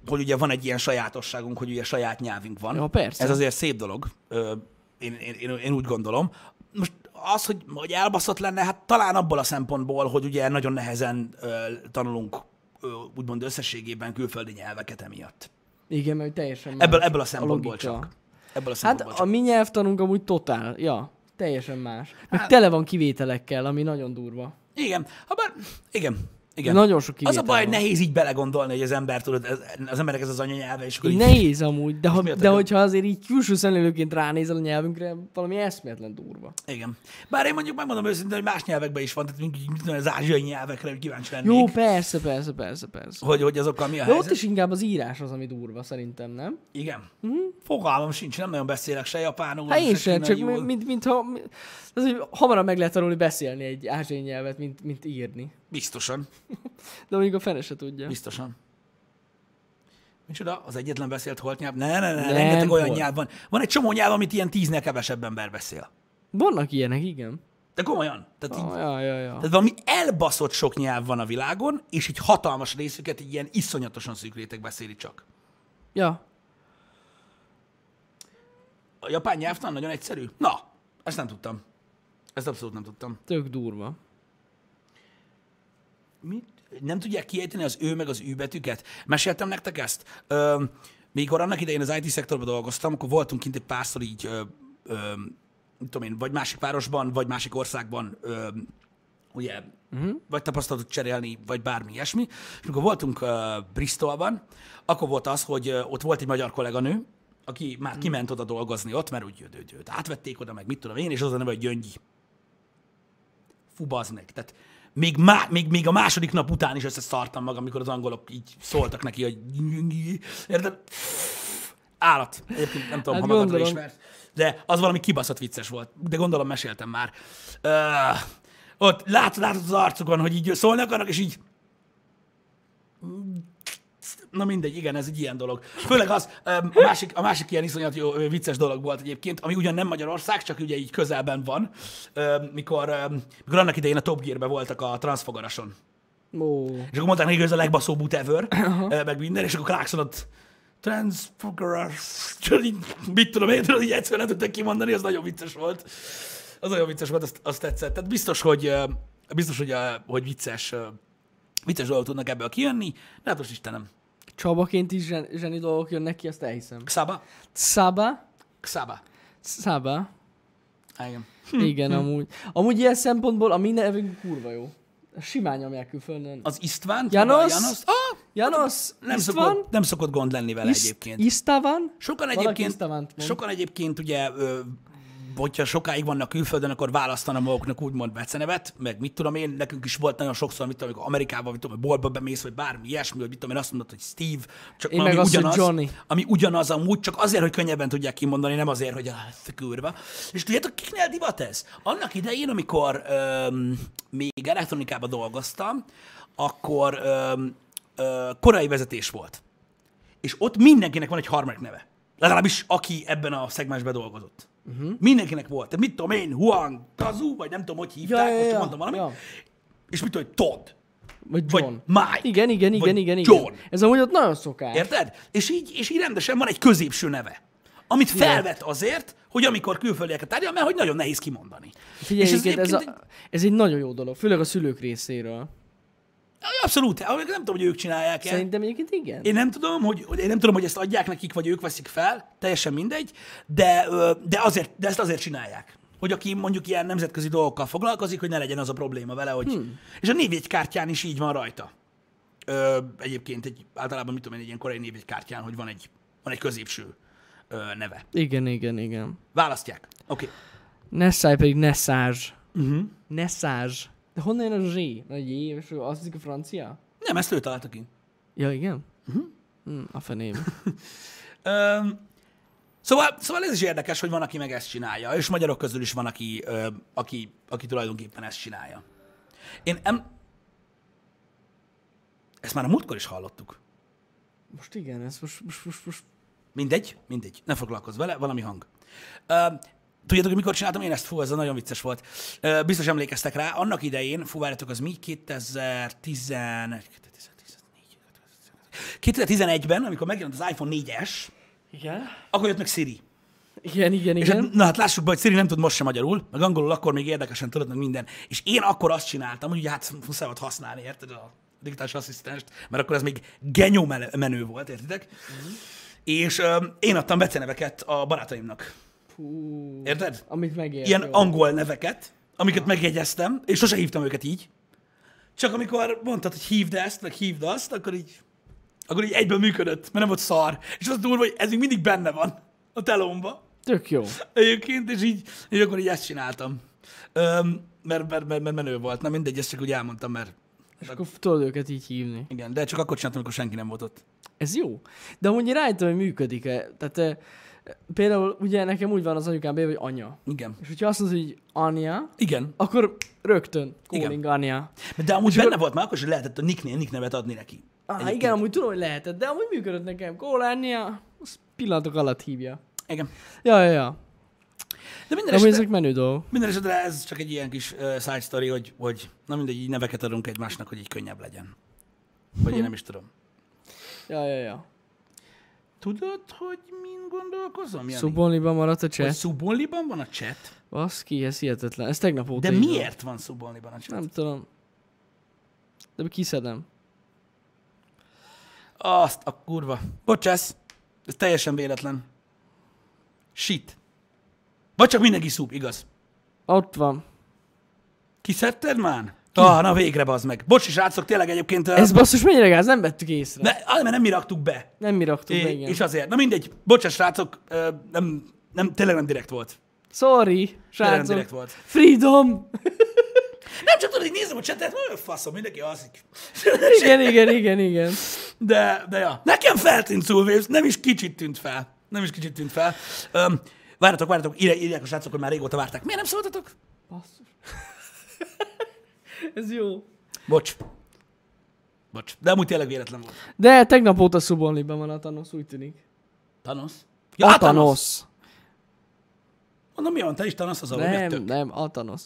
Speaker 2: hogy ugye van egy ilyen sajátosságunk, hogy ugye saját nyelvünk van.
Speaker 1: Ja, persze.
Speaker 2: Ez azért szép dolog, Ö, én, én, én, én úgy gondolom. Most az, hogy, hogy elbaszott lenne, hát talán abból a szempontból, hogy ugye nagyon nehezen ö, tanulunk ö, úgymond összességében külföldi nyelveket emiatt.
Speaker 1: Igen, mert teljesen más.
Speaker 2: Ebből, ebből a szempontból
Speaker 1: logika.
Speaker 2: csak. Ebből a
Speaker 1: Hát
Speaker 2: szempontból
Speaker 1: a
Speaker 2: csak.
Speaker 1: mi nyelvtanunk amúgy totál, ja, teljesen más. Meg hát... tele van kivételekkel, ami nagyon durva.
Speaker 2: Igen, habár, igen, igen.
Speaker 1: Nagyon sok
Speaker 2: az
Speaker 1: kivétel
Speaker 2: a baj, hogy
Speaker 1: van.
Speaker 2: nehéz így belegondolni, hogy az ember, tudod, ez- az emberek ez az anyanyelve, és akkor
Speaker 1: Így
Speaker 2: így
Speaker 1: nehéz amúgy, de, ha,
Speaker 2: miért
Speaker 1: de
Speaker 2: akar-
Speaker 1: hogyha azért így külső szemlélőként ránézel a nyelvünkre, valami eszméletlen durva.
Speaker 2: Igen. Bár én mondjuk megmondom őszintén, hogy más nyelvekben is van, tehát mondjuk mit tudom, az ázsiai nyelvekre hogy kíváncsi lennék,
Speaker 1: Jó,
Speaker 2: Jó.
Speaker 1: persze, persze, persze, persze.
Speaker 2: hogy, hogy azokkal mi a
Speaker 1: De ott
Speaker 2: helyzet.
Speaker 1: is inkább az írás az, ami durva, szerintem, nem?
Speaker 2: Igen. Fogalmam sincs, nem nagyon beszélek se japánul,
Speaker 1: Mhm. Hát én sem, csak
Speaker 2: kínaiul.
Speaker 1: mi- mint, mint, ha, mi- az, hogy hamarabb meg lehet tanulni beszélni egy ázsiai nyelvet, mint, mint írni.
Speaker 2: Biztosan,
Speaker 1: De mondjuk a fene se tudja.
Speaker 2: biztosan. Micsoda? Az egyetlen beszélt holt nyelv? Ne, ne, ne,
Speaker 1: Nem
Speaker 2: rengeteg olyan
Speaker 1: holt.
Speaker 2: nyelv van. Van egy csomó nyelv, amit ilyen tíznél kevesebb ember beszél.
Speaker 1: Vannak ilyenek, igen.
Speaker 2: De komolyan. Tehát, így,
Speaker 1: Ah, ja, ja, ja.
Speaker 2: tehát valami elbaszott sok nyelv van a világon, és egy hatalmas részüket így ilyen iszonyatosan szűk réteg beszéli csak.
Speaker 1: Ja,
Speaker 2: A japán nyelvtan nagyon egyszerű. Na, ezt nem tudtam. Ezt abszolút nem tudtam.
Speaker 1: tök durva.
Speaker 2: Mit? Nem tudják kiejteni az ő meg az ő betűket? Meséltem nektek ezt? Ö, mikor annak idején az IT szektorban dolgoztam, akkor voltunk kint egy párszor így, ö, ö, nem tudom én, vagy másik városban, vagy másik országban, ö, ugye, uh-huh. vagy tapasztalatot cserélni, vagy bármi ilyesmi. És amikor voltunk ö, Bristolban, akkor volt az, hogy ö, ott volt egy magyar kolléganő, aki már kiment oda dolgozni ott, mert úgy őt, őt átvették oda, meg mit tudom én, és az a neve, hogy Gyöngyi fú, bazd meg. Tehát még, má, még, még a második nap után is összeszartam magam, amikor az angolok így szóltak neki, hogy érted? Állat. Egyébként nem tudom,
Speaker 1: Hát
Speaker 2: hát ha magadra
Speaker 1: gondolom.
Speaker 2: ismert. De az valami kibaszott vicces volt. De gondolom meséltem már. Uh, ott látod, látod az arcukon, hogy így szólni akarnak, és így Na mindegy, igen, ez egy ilyen dolog. Főleg az, öm, a másik, a másik ilyen iszonyat jó, ö, vicces dolog volt egyébként, ami ugyan nem Magyarország, csak ugye így közelben van, öm, mikor, öm, mikor annak idején a Top Gearbe voltak a Transfogarason.
Speaker 1: Ó,
Speaker 2: És akkor mondták neki, hogy ez a legbaszóbb út ever, ö, meg minden, és akkor Clarkson ott Transfogaras, tudod, így, mit tudom én, tudod, így egyszerűen nem tudták kimondani, az nagyon vicces volt. az olyan vicces volt, azt, azt tetszett. Tehát biztos, hogy, ö, biztos, hogy, ö, hogy vicces, ö, vicces dolgok tudnak ebből kijönni, de hát most Istenem.
Speaker 1: Csabaként is zsen, zseni dolgok jönnek ki, azt elhiszem.
Speaker 2: Xaba?
Speaker 1: Szába?
Speaker 2: Xaba.
Speaker 1: Szába?
Speaker 2: Á, Igen.
Speaker 1: Igen,
Speaker 2: Hm.
Speaker 1: amúgy. Amúgy ilyen szempontból a mi nevünk kurva jó. Simán nyomják külföldön.
Speaker 2: Az Istvánt?
Speaker 1: János?
Speaker 2: János? Ah,
Speaker 1: Janos, István?
Speaker 2: nem, szokott, nem szokott gond lenni vele
Speaker 1: Iszt-
Speaker 2: egyébként.
Speaker 1: Istvan?
Speaker 2: Sokan
Speaker 1: Valaki
Speaker 2: egyébként,
Speaker 1: Istvánt mond.
Speaker 2: sokan egyébként ugye, ö, hogyha sokáig vannak külföldön, akkor választanak maguknak úgymond becenevet, meg mit tudom én, nekünk is volt nagyon sokszor, mit tudom, amikor Amerikában, mit tudom, hogy boltba bemész, vagy bármi ilyesmi, vagy mit tudom én, azt mondod, hogy Steve, csak
Speaker 1: Én
Speaker 2: valami
Speaker 1: meg azt, hogy
Speaker 2: ugyanaz,
Speaker 1: Johnny.
Speaker 2: ami ugyanaz amúgy, csak azért, hogy könnyebben tudják kimondani, nem azért, hogy ah, kurva. És tudjátok, kiknél divat ez? Annak idején, amikor öm, még elektronikában dolgoztam, akkor öm, ö, korai vezetés volt és ott mindenkinek van egy harmadik neve. Legalábbis aki ebben a szegmensben dolgozott. Uh-huh. Mindenkinek volt. Tehát mit tudom én, Juan, Kazu, vagy nem tudom, hogy hívták, ja, ja, ja, most csak mondtam valamit. Ja. És mit tudom, hogy Todd,
Speaker 1: Vagy
Speaker 2: vagy
Speaker 1: John.
Speaker 2: Mike,
Speaker 1: Igen, igen, igen,
Speaker 2: vagy
Speaker 1: igen, igen.
Speaker 2: John.
Speaker 1: Ez amúgy ott nagyon szokás.
Speaker 2: Érted? És így, és így rendesen van egy középső neve, amit felvet azért, hogy amikor külföldieket tárgyal, mert hogy nagyon nehéz kimondani.
Speaker 1: Figyelj,
Speaker 2: és
Speaker 1: ez, ez, a, ez egy nagyon jó dolog, főleg a szülők részéről.
Speaker 2: egy- Abszolút, nem tudom, hogy ők csinálják el.
Speaker 1: Szerintem egyébként igen.
Speaker 2: Én nem tudom, hogy hogy- én nem tudom, hogy ezt adják nekik, vagy ők veszik fel, teljesen mindegy, de, ö, de, azért, de ezt azért csinálják. Hogy aki mondjuk ilyen nemzetközi dolgokkal foglalkozik, hogy ne legyen az a probléma vele, hogy... Hmm. És a névjegykártyán is így van rajta. Ö, egyébként egy, általában, mit tudom én, egy ilyen korai névjegykártyán, hogy van egy, van egy középső ö, neve.
Speaker 1: Igen, igen, igen.
Speaker 2: Választják. Oké. Okay.
Speaker 1: Nessai pedig Nessázs. Uh-huh. Nessázs. De honnan jön a zsé? A jé, és azt hiszik a francia?
Speaker 2: Nem, ezt ő találta ki.
Speaker 1: Ja, igen? Uh-huh. Mm, a feném.
Speaker 2: Öm, Szóval, szóval ez is érdekes, hogy van, aki meg ezt csinálja, és magyarok közül is van, aki, ö, aki, aki tulajdonképpen ezt csinálja. Én em... Ezt már a múltkor is hallottuk.
Speaker 1: [LAUGHS] most igen, ez most, most, most, most.
Speaker 2: Mindegy, mindegy, ne foglalkozz vele, valami hang. Ö, tudjátok, hogy mikor csináltam én ezt? Fú, ez nagyon vicces volt. Ö, biztos emlékeztek rá, annak idején, fú, várjátok, az mi? 2011... 2011-ben, amikor megjelent az iPhone 4S,
Speaker 1: Igen?
Speaker 2: akkor jött meg Siri.
Speaker 1: Igen, igen,
Speaker 2: És
Speaker 1: igen.
Speaker 2: hát, na hát lássuk be, hogy Siri nem tud most sem magyarul, meg angolul akkor még érdekesen tudod meg minden. És én akkor azt csináltam, hogy ugye hát muszáj volt használni, érted a digitális asszisztenst, mert akkor ez még genyó mele- menő volt, értitek? És öm, én adtam beceneveket a barátaimnak,
Speaker 1: Pú,
Speaker 2: érted?
Speaker 1: amit megért.
Speaker 2: Ilyen
Speaker 1: jó.
Speaker 2: angol neveket, amiket megjegyeztem, és sose hívtam őket így. Csak amikor mondtad, hogy hívd ezt, meg hívd azt, akkor így, akkor így egyből működött, mert nem volt szar. És az durva, hogy ez még mindig benne van a telomba.
Speaker 1: Tök jó.
Speaker 2: Egyébként, és így, és akkor így ezt csináltam. Öm, mert, mert, mert, mert menő volt. Na mindegy, ezt csak úgy elmondtam, mert
Speaker 1: És akkor tudod őket így hívni.
Speaker 2: igen, de csak akkor csináltam, amikor senki nem volt ott.
Speaker 1: Ez jó. De amúgy én rájöttem, hogy működik-e. Tehát e, például ugye nekem úgy van az anyukám béve, hogy anya.
Speaker 2: Igen.
Speaker 1: És hogyha azt mondod, hogy anya,
Speaker 2: Igen.
Speaker 1: akkor rögtön
Speaker 2: Igen.
Speaker 1: calling anya.
Speaker 2: De amúgy benne volt már akkor, hogy lehetett a nicknél nick nevet adni neki.
Speaker 1: Ah,
Speaker 2: Egyébként.
Speaker 1: igen, amúgy tudom, hogy lehetett, de amúgy működött nekem. Cola anya, azt pillanatok alatt hívja.
Speaker 2: Igen.
Speaker 1: Ja, ja, ja.
Speaker 2: De minden
Speaker 1: De amúgy
Speaker 2: esetre,
Speaker 1: ezek menő dolgok.
Speaker 2: minden esetre ez csak egy ilyen kis uh, side story, hogy, hogy na mindegy, így neveket adunk egymásnak, hogy így könnyebb legyen. Vagy én nem is tudom.
Speaker 1: Ja, ja, ja.
Speaker 2: Tudod, hogy min gondolkozom, Jani?
Speaker 1: Szubonliban maradt a
Speaker 2: Hogy
Speaker 1: chat.
Speaker 2: Szubonliban van a chat?
Speaker 1: Baszki, ez hihetetlen. Ez tegnap óta
Speaker 2: De
Speaker 1: így van.
Speaker 2: miért van Szubonliban a chat?
Speaker 1: Nem tudom. De kiszedem.
Speaker 2: Azt a kurva. Bocsász, ez teljesen véletlen. Shit. Vagy csak mindenki szúp, igaz?
Speaker 1: Ott van.
Speaker 2: Kiszedted már? Ah, na végre bazd meg. Bocs, srácok, tényleg egyébként...
Speaker 1: Ez basszus mennyire gáz, nem vettük észre.
Speaker 2: ne, á, mert nem mi raktuk be.
Speaker 1: Nem mi raktuk be,
Speaker 2: É,
Speaker 1: igen.
Speaker 2: és azért. Na mindegy. Bocsás, srácok, ö, nem, nem, tényleg nem direkt volt.
Speaker 1: Sorry,
Speaker 2: Tényleg nem direkt
Speaker 1: srácok.
Speaker 2: volt.
Speaker 1: Freedom! [LAUGHS]
Speaker 2: Nem csak tudod, hogy nézem a csetet, nagyon faszom, mindenki alszik.
Speaker 1: Igen, igen, igen, igen.
Speaker 2: De, de ja. Nekem feltűnt Szulvész, nem is kicsit tűnt fel. Nem is kicsit tűnt fel. Öm, várjatok, várjatok, írják írják a srácok, hogy már régóta várták. Miért nem szóltatok?
Speaker 1: Basszus. [LAUGHS] Ez jó.
Speaker 2: Bocs. Bocs. De amúgy tényleg véletlen volt.
Speaker 1: De tegnap óta Szubonliban van a Thanos, úgy tűnik.
Speaker 2: Thanos?
Speaker 1: Ja,
Speaker 2: hát
Speaker 1: a Ah, Thanos.
Speaker 2: Mondom, mi van, te is Thanos az alul
Speaker 1: Nem,
Speaker 2: jöttök.
Speaker 1: nem, a Thanos.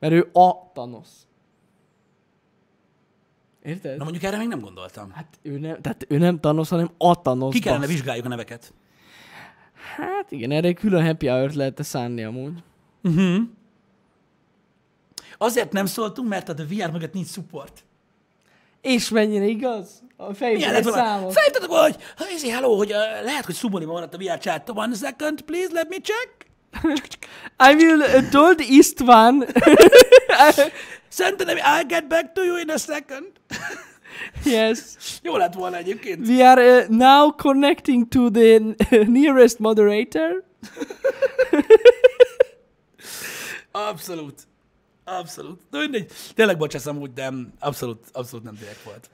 Speaker 1: Mert ő a Thanos. Érted?
Speaker 2: Na mondjuk erre még nem gondoltam.
Speaker 1: Hát ő nem, tehát ő nem Thanos, hanem a Thanos.
Speaker 2: Ki kellene
Speaker 1: basz.
Speaker 2: vizsgáljuk a neveket.
Speaker 1: Hát igen, erre egy külön happy hour lehetne szánni amúgy.
Speaker 2: Mhm. Azért nem szóltunk, mert a VR mögött nincs support.
Speaker 1: És mennyire igaz? A
Speaker 2: Milyen
Speaker 1: fejben
Speaker 2: lett
Speaker 1: egy
Speaker 2: volna?
Speaker 1: számot.
Speaker 2: Fejtettek volna, hogy ha izé, hello, hogy uh, lehet, hogy szubonima maradt a VR chat. One second, please, let me check.
Speaker 1: I will uh, told István.
Speaker 2: Szerintem I'll get back to you in a second.
Speaker 1: [LAUGHS]
Speaker 2: [LAUGHS]
Speaker 1: yes.
Speaker 2: Jó lett volna egyébként.
Speaker 1: We are uh, now connecting to the uh, nearest moderator.
Speaker 2: Abszolút. Abszolút. De mindegy. Tényleg bocsászom, úgy nem. Abszolút, abszolút nem direkt volt.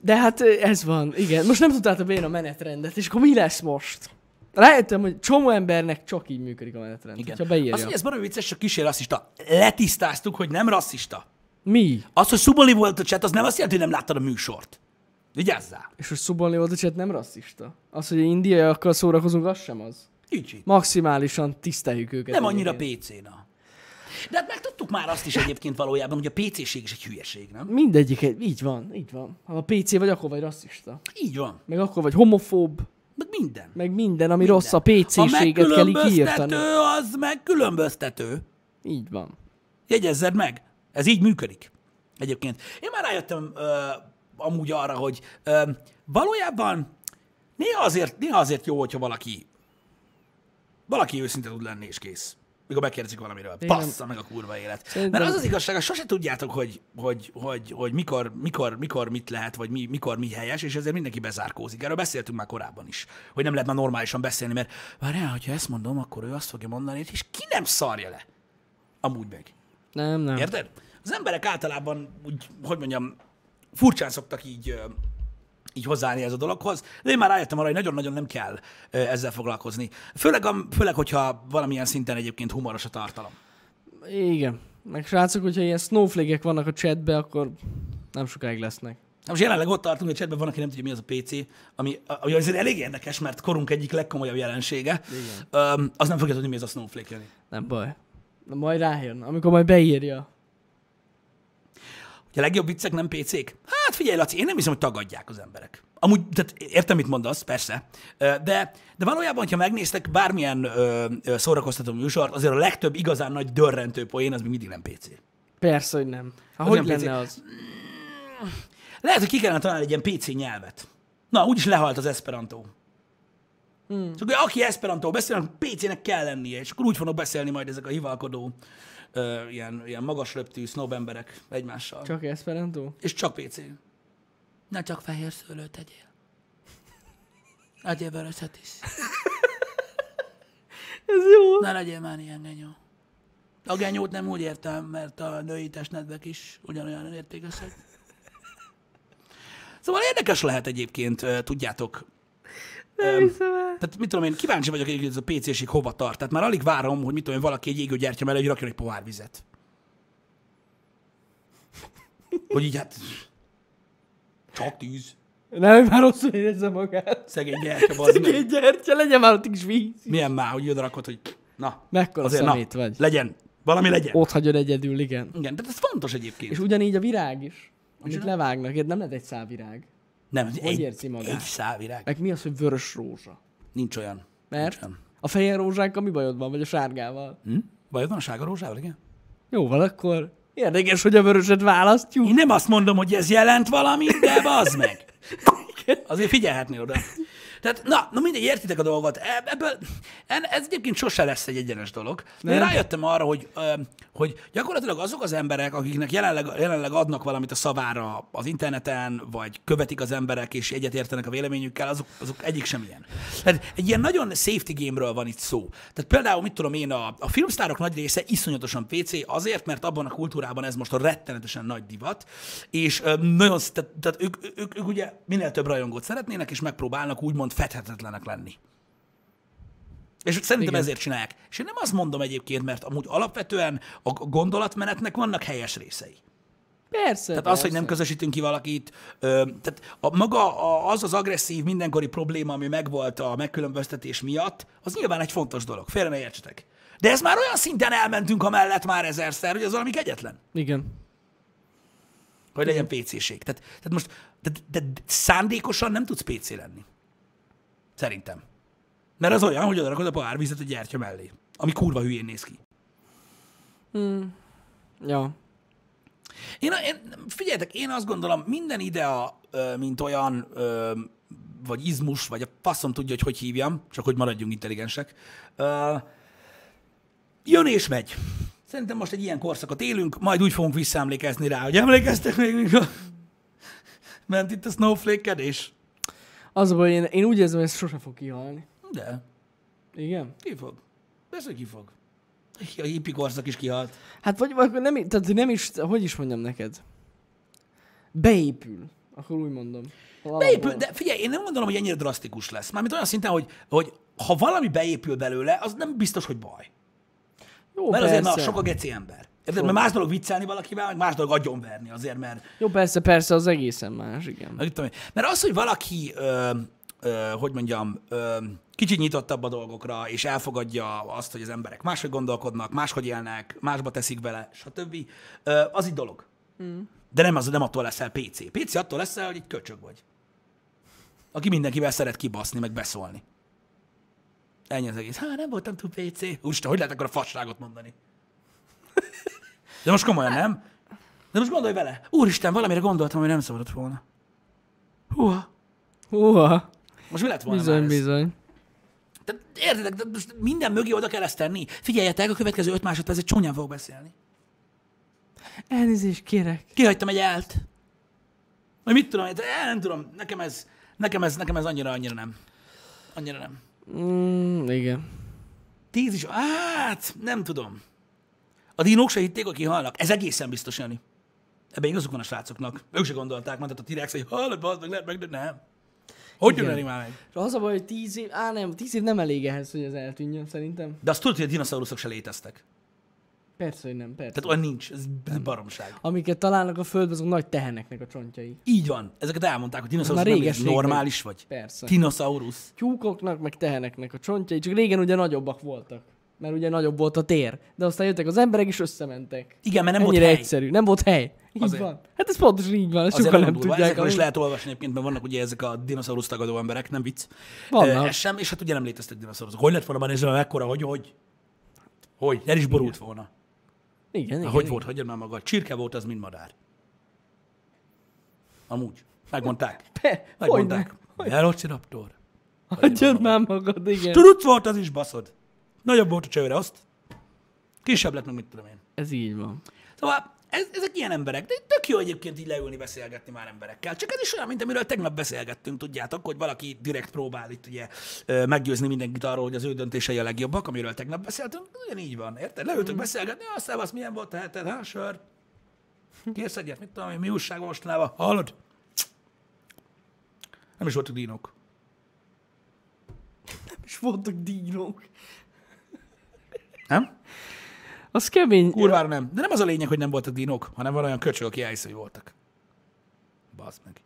Speaker 1: De hát ö, ez van, igen. Most nem tudtátok én a menetrendet, és akkor mi lesz most? Rájöttem, hogy csomó embernek csak így működik a menetrend. Igen. Hogyha beírja.
Speaker 2: Azt, hogy ez valami vicces, csak kísér rasszista. Letisztáztuk, hogy nem rasszista.
Speaker 1: Mi?
Speaker 2: Az, hogy szuboli volt a chat, az nem azt jelenti, hogy nem láttad a műsort. Vigyázzál.
Speaker 1: És hogy szubolni volt, hogy nem rasszista. Az, hogy indiaiakkal szórakozunk, az sem az.
Speaker 2: Így, így.
Speaker 1: Maximálisan tiszteljük őket.
Speaker 2: Nem annyira
Speaker 1: egyébként.
Speaker 2: PC-n. a- De hát megtudtuk már azt is egyébként valójában, hogy a PC-ség is egy hülyeség, nem?
Speaker 1: Mindegyik, egy- így van, így van. Ha a PC vagy, akkor vagy rasszista.
Speaker 2: Így van.
Speaker 1: Meg akkor vagy homofób,
Speaker 2: Meg minden.
Speaker 1: meg minden, ami minden. rossz a PC-séget kell így kiírtani.
Speaker 2: megkülönböztető, az megkülönböztető.
Speaker 1: Így van.
Speaker 2: Jegyezzed meg. Ez így működik. Egyébként. Én már rájöttem ö, amúgy arra, hogy ö, valójában néha azért, néha azért jó, hogyha valaki valaki őszinte tud lenni, és kész. Mikor megkérdezik valamiről.
Speaker 1: Igen.
Speaker 2: Bassza meg a kurva élet.
Speaker 1: Szerintem-
Speaker 2: Mert az az igazság, hogy sose tudjátok, hogy, hogy, hogy, hogy mikor, mikor, mikor mit lehet, vagy mi, mikor mi helyes, és ezért mindenki bezárkózik. Erről beszéltünk már korábban is, hogy nem lehet már normálisan beszélni, mert várjál, hogyha ezt mondom, akkor ő azt fogja mondani, és ki nem szarja le? Amúgy meg.
Speaker 1: Nem, nem.
Speaker 2: Érted? Az emberek általában úgy, hogy mondjam, furcsán szoktak így, ö, így hozzáállni ez a dologhoz, de én már rájöttem arra, hogy nagyon-nagyon nem kell ö, ezzel foglalkozni. Főleg, am- főleg, hogyha valamilyen szinten egyébként humoros a tartalom.
Speaker 1: Igen. Meg srácok, hogyha ilyen snowflake vannak a chatbe, akkor nem sokáig lesznek.
Speaker 2: Na Most jelenleg ott tartunk, hogy csetben van, aki nem tudja, mi az a PC, ami, ami azért elég érdekes, mert korunk egyik legkomolyabb jelensége. Öm, az nem fogja tudni, mi ez a Snowflake, Jani.
Speaker 1: Nem baj. Na majd rájön, amikor majd beírja.
Speaker 2: Hogy a legjobb viccek nem PC-k? Hát figyelj, Laci, én nem hiszem, hogy tagadják az emberek. Amúgy, tehát értem, mit mondasz, persze, Ö, de, de valójában, ha megnéztek bármilyen ö, ö, szórakoztató műsort, azért a legtöbb igazán nagy dörrentő poén az még mindig nem PC.
Speaker 1: Persze, hogy nem. Hát
Speaker 2: Az
Speaker 1: hogy
Speaker 2: nem
Speaker 1: lenne
Speaker 2: PC.
Speaker 1: az?
Speaker 2: Lehet, hogy ki kellene találni egy ilyen PC nyelvet. Na, úgyis lehalt az Esperanto. Hmm. Csak, hogy aki Esperanto beszél, annak PC-nek kell lennie, és akkor úgy fognak beszélni majd ezek a hivalkodó, ö, ilyen, ilyen magas röptű snob emberek egymással. Csak.
Speaker 1: Csak Esperanto?
Speaker 2: És csak PC. Ne csak fehér szőlőt tegyél. Legyél vöröset is.
Speaker 1: [LAUGHS] Ez jó.
Speaker 2: Ne legyél már ilyen genyó. A genyót nem úgy értem, mert a női testnedvek is ugyanolyan értékesek. Szóval érdekes lehet egyébként, ö, tudjátok.
Speaker 1: Nem hiszem el.
Speaker 2: Tehát mit tudom én, kíváncsi vagyok, hogy ez a PC-ség hova tart. Tehát már alig várom, hogy mit tudom én, valaki egy égőgyertya mellé, hogy rakjon egy pohár vizet. Hogy így hát... Csak tűz.
Speaker 1: Nem, hogy már rosszul érezze magát.
Speaker 2: Szegény gyertya, bazd meg.
Speaker 1: Szegény gyertya, legyen már ott egy kis víz.
Speaker 2: Milyen már, hogy oda rakod, hogy... Na,
Speaker 1: Mekkora
Speaker 2: azért na,
Speaker 1: szemét vagy.
Speaker 2: legyen. Valami legyen.
Speaker 1: Ott hagyod egyedül, igen.
Speaker 2: Igen, tehát ez fontos egyébként.
Speaker 1: És ugyanígy a virág is, amit levágnak, Ilyet nem lehet egy szávirág.
Speaker 2: Nem, hogy egy,
Speaker 1: érzi magát?
Speaker 2: egy szávirág.
Speaker 1: Meg mi az, hogy vörös rózsa?
Speaker 2: Nincs olyan.
Speaker 1: Mert
Speaker 2: Nincsen.
Speaker 1: a fehér rózsánkkal mi bajod van, vagy a sárgával?
Speaker 2: Hm? Bajod van a sárga rózsával, igen?
Speaker 1: Jó, van akkor. Érdekes, hogy a vöröset választjuk.
Speaker 2: Én nem azt mondom, hogy ez jelent valamit, de bazd meg. Azért figyelhetnél oda. Tehát, na, na mindegy, értitek a dolgot. E- Ebből, en- ez egyébként sose lesz egy egyenes dolog. De én
Speaker 1: Nem.
Speaker 2: rájöttem arra, hogy, ö, hogy gyakorlatilag azok az emberek, akiknek jelenleg, jelenleg adnak valamit a szavára az interneten, vagy követik az emberek, és egyetértenek a véleményükkel, azok, azok egyik sem ilyen. Tehát egy ilyen nagyon safety game-ről van itt szó. Tehát például, mit tudom én, a, a filmsztárok nagy része iszonyatosan PC, azért, mert abban a kultúrában ez most a rettenetesen nagy divat, és ö, nagyon, sz- tehát, tehát ők, ők, ők ugye minél több rajongót szeretnének, és megpróbálnak úgymond fethetetlenek lenni. És szerintem Igen.
Speaker 1: Igen.
Speaker 2: ezért csinálják. És én nem azt mondom egyébként, mert amúgy alapvetően a a gondolatmenetnek vannak helyes részei.
Speaker 1: Persze.
Speaker 2: Tehát az, hogy nem közösítünk ki valakit, ö, tehát a, maga a, az az agresszív mindenkori probléma, ami megvolt a megkülönböztetés miatt, az nyilván egy fontos dolog, félre ne értsetek. De ez már olyan szinten elmentünk amellett már ezerszer, hogy az valami kegyetlen,
Speaker 1: Igen.
Speaker 2: hogy legyen PC-ség. Tehát, tehát most tehát, de, de szándékosan nem tudsz PC lenni. Szerintem. Mert az olyan, hogy odarakod a pohárvizet a gyertya mellé. Ami kurva hülyén néz ki.
Speaker 1: Ja.
Speaker 2: Én, én, figyeljetek, én azt gondolom, minden idea, ö, mint olyan, ö, vagy izmus, vagy a faszom tudja, hogy hogy hívjam, csak hogy maradjunk intelligensek, ö, jön és megy. Szerintem most egy ilyen korszakot élünk, majd úgy fogunk visszaemlékezni rá, hogy emlékeztek még, mikor ment itt a snowflake-edés?
Speaker 1: Az a baj, én, én úgy érzem, hogy ez sose fog kihalni.
Speaker 2: De,
Speaker 1: Igen?
Speaker 2: ki fog? Persze, hogy ki fog. A hippi korszak is kihalt.
Speaker 1: Hát vagy, vagy akkor nem, i- tehát nem is, hogy is mondjam neked? Beépül. Akkor úgy mondom. Valahol.
Speaker 2: Beépül, de figyelj, én nem gondolom, hogy ennyire drasztikus lesz. Mármint olyan szinten, hogy, hogy ha valami beépül belőle, az nem biztos, hogy baj.
Speaker 1: Jó,
Speaker 2: Mert
Speaker 1: persze.
Speaker 2: azért már sok a geci ember. Érted? Mert más dolog viccelni valakivel, meg más dolog agyonverni azért, mert...
Speaker 1: Jó, persze, persze, az egészen más, igen.
Speaker 2: Meg, tudom, én. mert az, hogy valaki, ö, ö, hogy mondjam, ö, kicsit nyitottabb a dolgokra, és elfogadja azt, hogy az emberek máshogy gondolkodnak, máshogy élnek, másba teszik vele, stb., ö, az egy dolog. De nem, az, nem attól leszel PC. PC attól leszel, hogy egy köcsög vagy. Aki mindenkivel szeret kibaszni, meg beszólni. Ennyi az egész. Hát nem voltam túl PC. Úristen, hogy lehet akkor a fasságot mondani? [LAUGHS] De most komolyan nem? De most gondolj bele. Úristen, valamire gondoltam, hogy nem szabadott volna. Húha.
Speaker 1: Húha,
Speaker 2: Most mi lett volna már
Speaker 1: bizony,
Speaker 2: ez?
Speaker 1: bizony.
Speaker 2: Tehát értedek, de most minden mögé oda kell ezt tenni. Figyeljetek, a következő öt másodpercet csúnyán fogok beszélni.
Speaker 1: Elnézést kérek.
Speaker 2: Kihagytam egy elt. Vagy mit tudom, én, el nem tudom, nekem ez, nekem ez, nekem ez annyira, annyira nem. Annyira nem.
Speaker 1: Mm, igen.
Speaker 2: Tíz is, hát nem tudom. A dinók se hitték, hogy kihalnak. Ez egészen biztos, Jani. Ebben igazuk van a srácoknak. Ők se gondolták, mert a T-rex, hogy hallod, bazd meg, lehet meg, de nem. Hogy
Speaker 1: Igen.
Speaker 2: jön már meg?
Speaker 1: És az a baj, hogy tíz év, á nem, tíz év nem elég ehhez, hogy ez eltűnjön, szerintem.
Speaker 2: De azt tudod, hogy a dinoszauruszok se léteztek.
Speaker 1: Persze, hogy nem, persze.
Speaker 2: Tehát olyan nincs, ez baromság.
Speaker 1: Amiket találnak a földbe, azok nagy teheneknek a csontjai.
Speaker 2: Így van. Ezeket elmondták, hogy dinoszaurusz
Speaker 1: Már
Speaker 2: nem
Speaker 1: réges
Speaker 2: létezik.
Speaker 1: rég
Speaker 2: normális vagy.
Speaker 1: Persze.
Speaker 2: Dinoszaurusz.
Speaker 1: tyúkoknak, meg teheneknek a csontjai, csak régen ugye nagyobbak voltak. Mert ugye nagyobb volt a tér. De aztán jöttek az emberek, és összementek.
Speaker 2: Igen, mert nem
Speaker 1: Ennyire
Speaker 2: volt hely.
Speaker 1: egyszerű. Nem volt hely. Így
Speaker 2: Azért.
Speaker 1: van. Hát ez pontosan így van, ezt
Speaker 2: Azért
Speaker 1: sokan
Speaker 2: nem
Speaker 1: nem
Speaker 2: durva.
Speaker 1: tudják.
Speaker 2: Ezekről is
Speaker 1: amúgy.
Speaker 2: lehet olvasni egyébként, mert vannak ugye ezek a dinoszaurusz tagadó emberek, nem vicc.
Speaker 1: Vannak.
Speaker 2: Ö, Ez sem, és hát ugye nem léteztek dinoszauruszok. Hogy lett volna már nézve, mekkora, hogy, hogy? Hogy? El is borult volna.
Speaker 1: Igen, igen.
Speaker 2: Igen, hogy
Speaker 1: igen.
Speaker 2: volt, hagyjad már magad. Csirke volt, az mind madár. Amúgy. Megmondták.
Speaker 1: Pe,
Speaker 2: Megmondták. Velociraptor.
Speaker 1: Hagyjad már magad, igen.
Speaker 2: Tudod, volt az is, baszod. Nagyobb volt a csőre, azt. Kisebb lett, meg mit tudom én.
Speaker 1: Ez így van.
Speaker 2: Szóval ez, ezek ilyen emberek, de tök jó egyébként így leülni, beszélgetni már emberekkel. Csak ez is olyan, mint amiről tegnap beszélgettünk, tudjátok, hogy valaki direkt próbál itt ugye ö, meggyőzni mindenkit arról, hogy az ő döntései a legjobbak, amiről tegnap beszéltünk. Ugyanígy van, érted? Leültünk beszélgetni, azt szevasz, milyen volt a heted, ha, sör. Kérsz egyet, mit tudom én, mi újság van mostanában, hallod? Nem is voltunk dinok.
Speaker 1: És voltak dínók.
Speaker 2: Nem?
Speaker 1: Az kemény.
Speaker 2: Kurvára nem. De nem az a lényeg, hogy nem voltak dinok, hanem van olyan köcsög, aki elhiszi, hogy voltak. Bazd meg.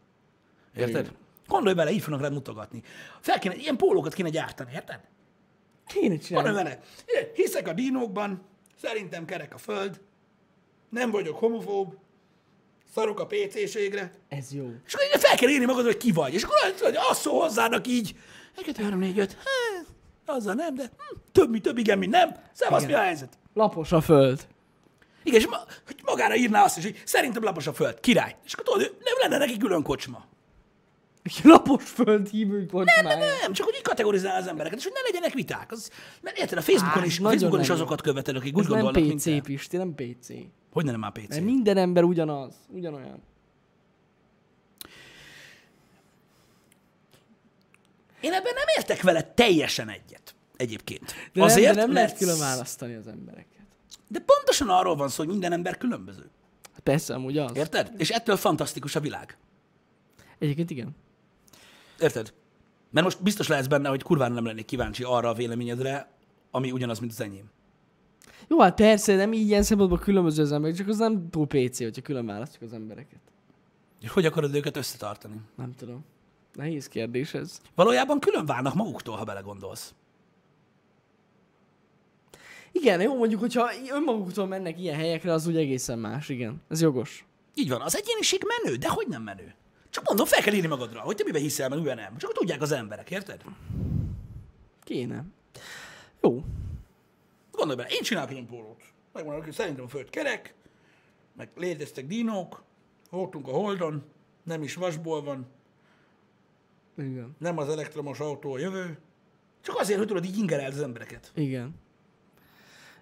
Speaker 2: Érted?
Speaker 1: Igen.
Speaker 2: Gondolj bele, így fognak rád mutogatni. Fel kéne, ilyen pólókat kéne gyártani, érted?
Speaker 1: Kéne
Speaker 2: Gondolj
Speaker 1: csinálni.
Speaker 2: bele. Hiszek a dinókban, szerintem kerek a föld, nem vagyok homofób, szarok a PC-ségre.
Speaker 1: Ez jó.
Speaker 2: És akkor így fel kell írni magad, hogy ki vagy. És akkor olyan, tudod, azt szól hozzának így, 1, 2, 3, 4, 5, azzal nem, de hm, több, mi több, igen, mi nem. Szevasz, mi a helyzet?
Speaker 1: Lapos a föld.
Speaker 2: Igen, és ma, hogy magára írná azt is, hogy szerintem lapos a föld, király. És akkor tudod, ő- nem lenne neki külön kocsma.
Speaker 1: Egy Lapos föld hívő kocsmája.
Speaker 2: Nem, csak hogy így kategorizál az embereket, és hogy ne legyenek viták. Az, mert érted, a Facebookon,
Speaker 1: Á,
Speaker 2: is,
Speaker 1: nagyon
Speaker 2: Facebookon is
Speaker 1: nem jó.
Speaker 2: azokat követed, akik úgy
Speaker 1: Ez nem
Speaker 2: gondolnak, mint
Speaker 1: PC,
Speaker 2: te.
Speaker 1: Pisti, nem PC.
Speaker 2: Hogy ne nem már PC?
Speaker 1: Mert minden ember ugyanaz. Ugyanolyan.
Speaker 2: Én ebben nem értek vele teljesen egyet. Egyébként.
Speaker 1: De Azért, nem, de nem lehet külön választani az embereket.
Speaker 2: De pontosan arról van szó, hogy minden ember különböző.
Speaker 1: Hát Persze, amúgy az. Ért?
Speaker 2: Érted? És ettől fantasztikus a világ.
Speaker 1: Egyébként igen.
Speaker 2: Érted? Mert most biztos lehetsz benne, hogy kurvára nem lennék kíváncsi arra a véleményedre, ami ugyanaz, mint az enyém.
Speaker 1: Jó, hát persze, nem így ilyen szempontból különböző az emberek, csak az nem túl PC, hogyha külön választjuk az embereket.
Speaker 2: És Hogy akarod őket összetartani?
Speaker 1: Nem tudom. Nehéz kérdés ez.
Speaker 2: Valójában külön válnak maguktól, ha belegondolsz.
Speaker 1: Igen, jó, mondjuk, hogyha i- önmaguktól mennek ilyen helyekre, az úgy egészen más, igen. Ez jogos.
Speaker 2: Így van, az egyéniség menő, de hogy nem menő? Csak mondom, fel kell írni magadra, hogy te miben hiszel, meg miben nem. Csak tudják az emberek, érted?
Speaker 1: Kéne. Jó.
Speaker 2: Gondolj bele, én csinálok ilyen pólót. Megmondom, hogy szerintem a föld kerek, meg léteztek dinók, voltunk a holdon, nem is vasból van,
Speaker 1: Igen.
Speaker 2: nem az elektromos autó a jövő. Csak azért, hogy tudod, így ingereld az embereket.
Speaker 1: Igen.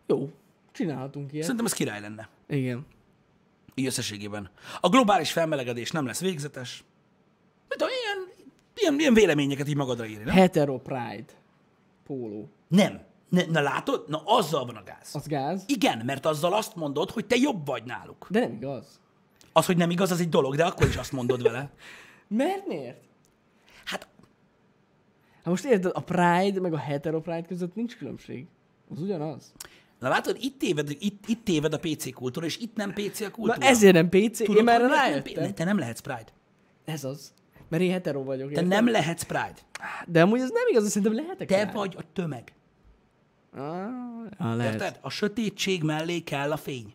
Speaker 1: Jó. Csinálhatunk ilyet.
Speaker 2: Szerintem ez király lenne.
Speaker 1: Igen.
Speaker 2: Így összességében. A globális felmelegedés nem lesz végzetes. Mit tudom, ilyen, ilyen, ilyen véleményeket így magadra írni, nem?
Speaker 1: Hetero Pride. Póló.
Speaker 2: Nem. Ne, na látod? Na azzal van a gáz.
Speaker 1: Az gáz?
Speaker 2: Igen, mert azzal azt mondod, hogy te jobb vagy náluk.
Speaker 1: De nem igaz.
Speaker 2: Az, hogy nem igaz, az egy dolog, de akkor is azt mondod
Speaker 1: [LAUGHS]
Speaker 2: vele.
Speaker 1: Mert miért?
Speaker 2: Hát
Speaker 1: Hát most érted, a Pride meg a hetero Pride között nincs különbség. Az ugyanaz.
Speaker 2: Na látod, itt téved, itt, itt téved a PC kultúra, és itt nem PC a
Speaker 1: Na
Speaker 2: kultúra.
Speaker 1: ezért nem PC, én már
Speaker 2: hogy miért nem
Speaker 1: rájöttem.
Speaker 2: P- Te nem lehetsz Pride.
Speaker 1: Ez az. Mert én hetero vagyok.
Speaker 2: Te
Speaker 1: érted?
Speaker 2: nem lehetsz Pride.
Speaker 1: De amúgy ez nem igaz, azt szerintem lehetek
Speaker 2: Te
Speaker 1: rá.
Speaker 2: vagy a tömeg.
Speaker 1: Ah, [LAUGHS] lehet.
Speaker 2: Érted? A sötétség mellé kell a fény.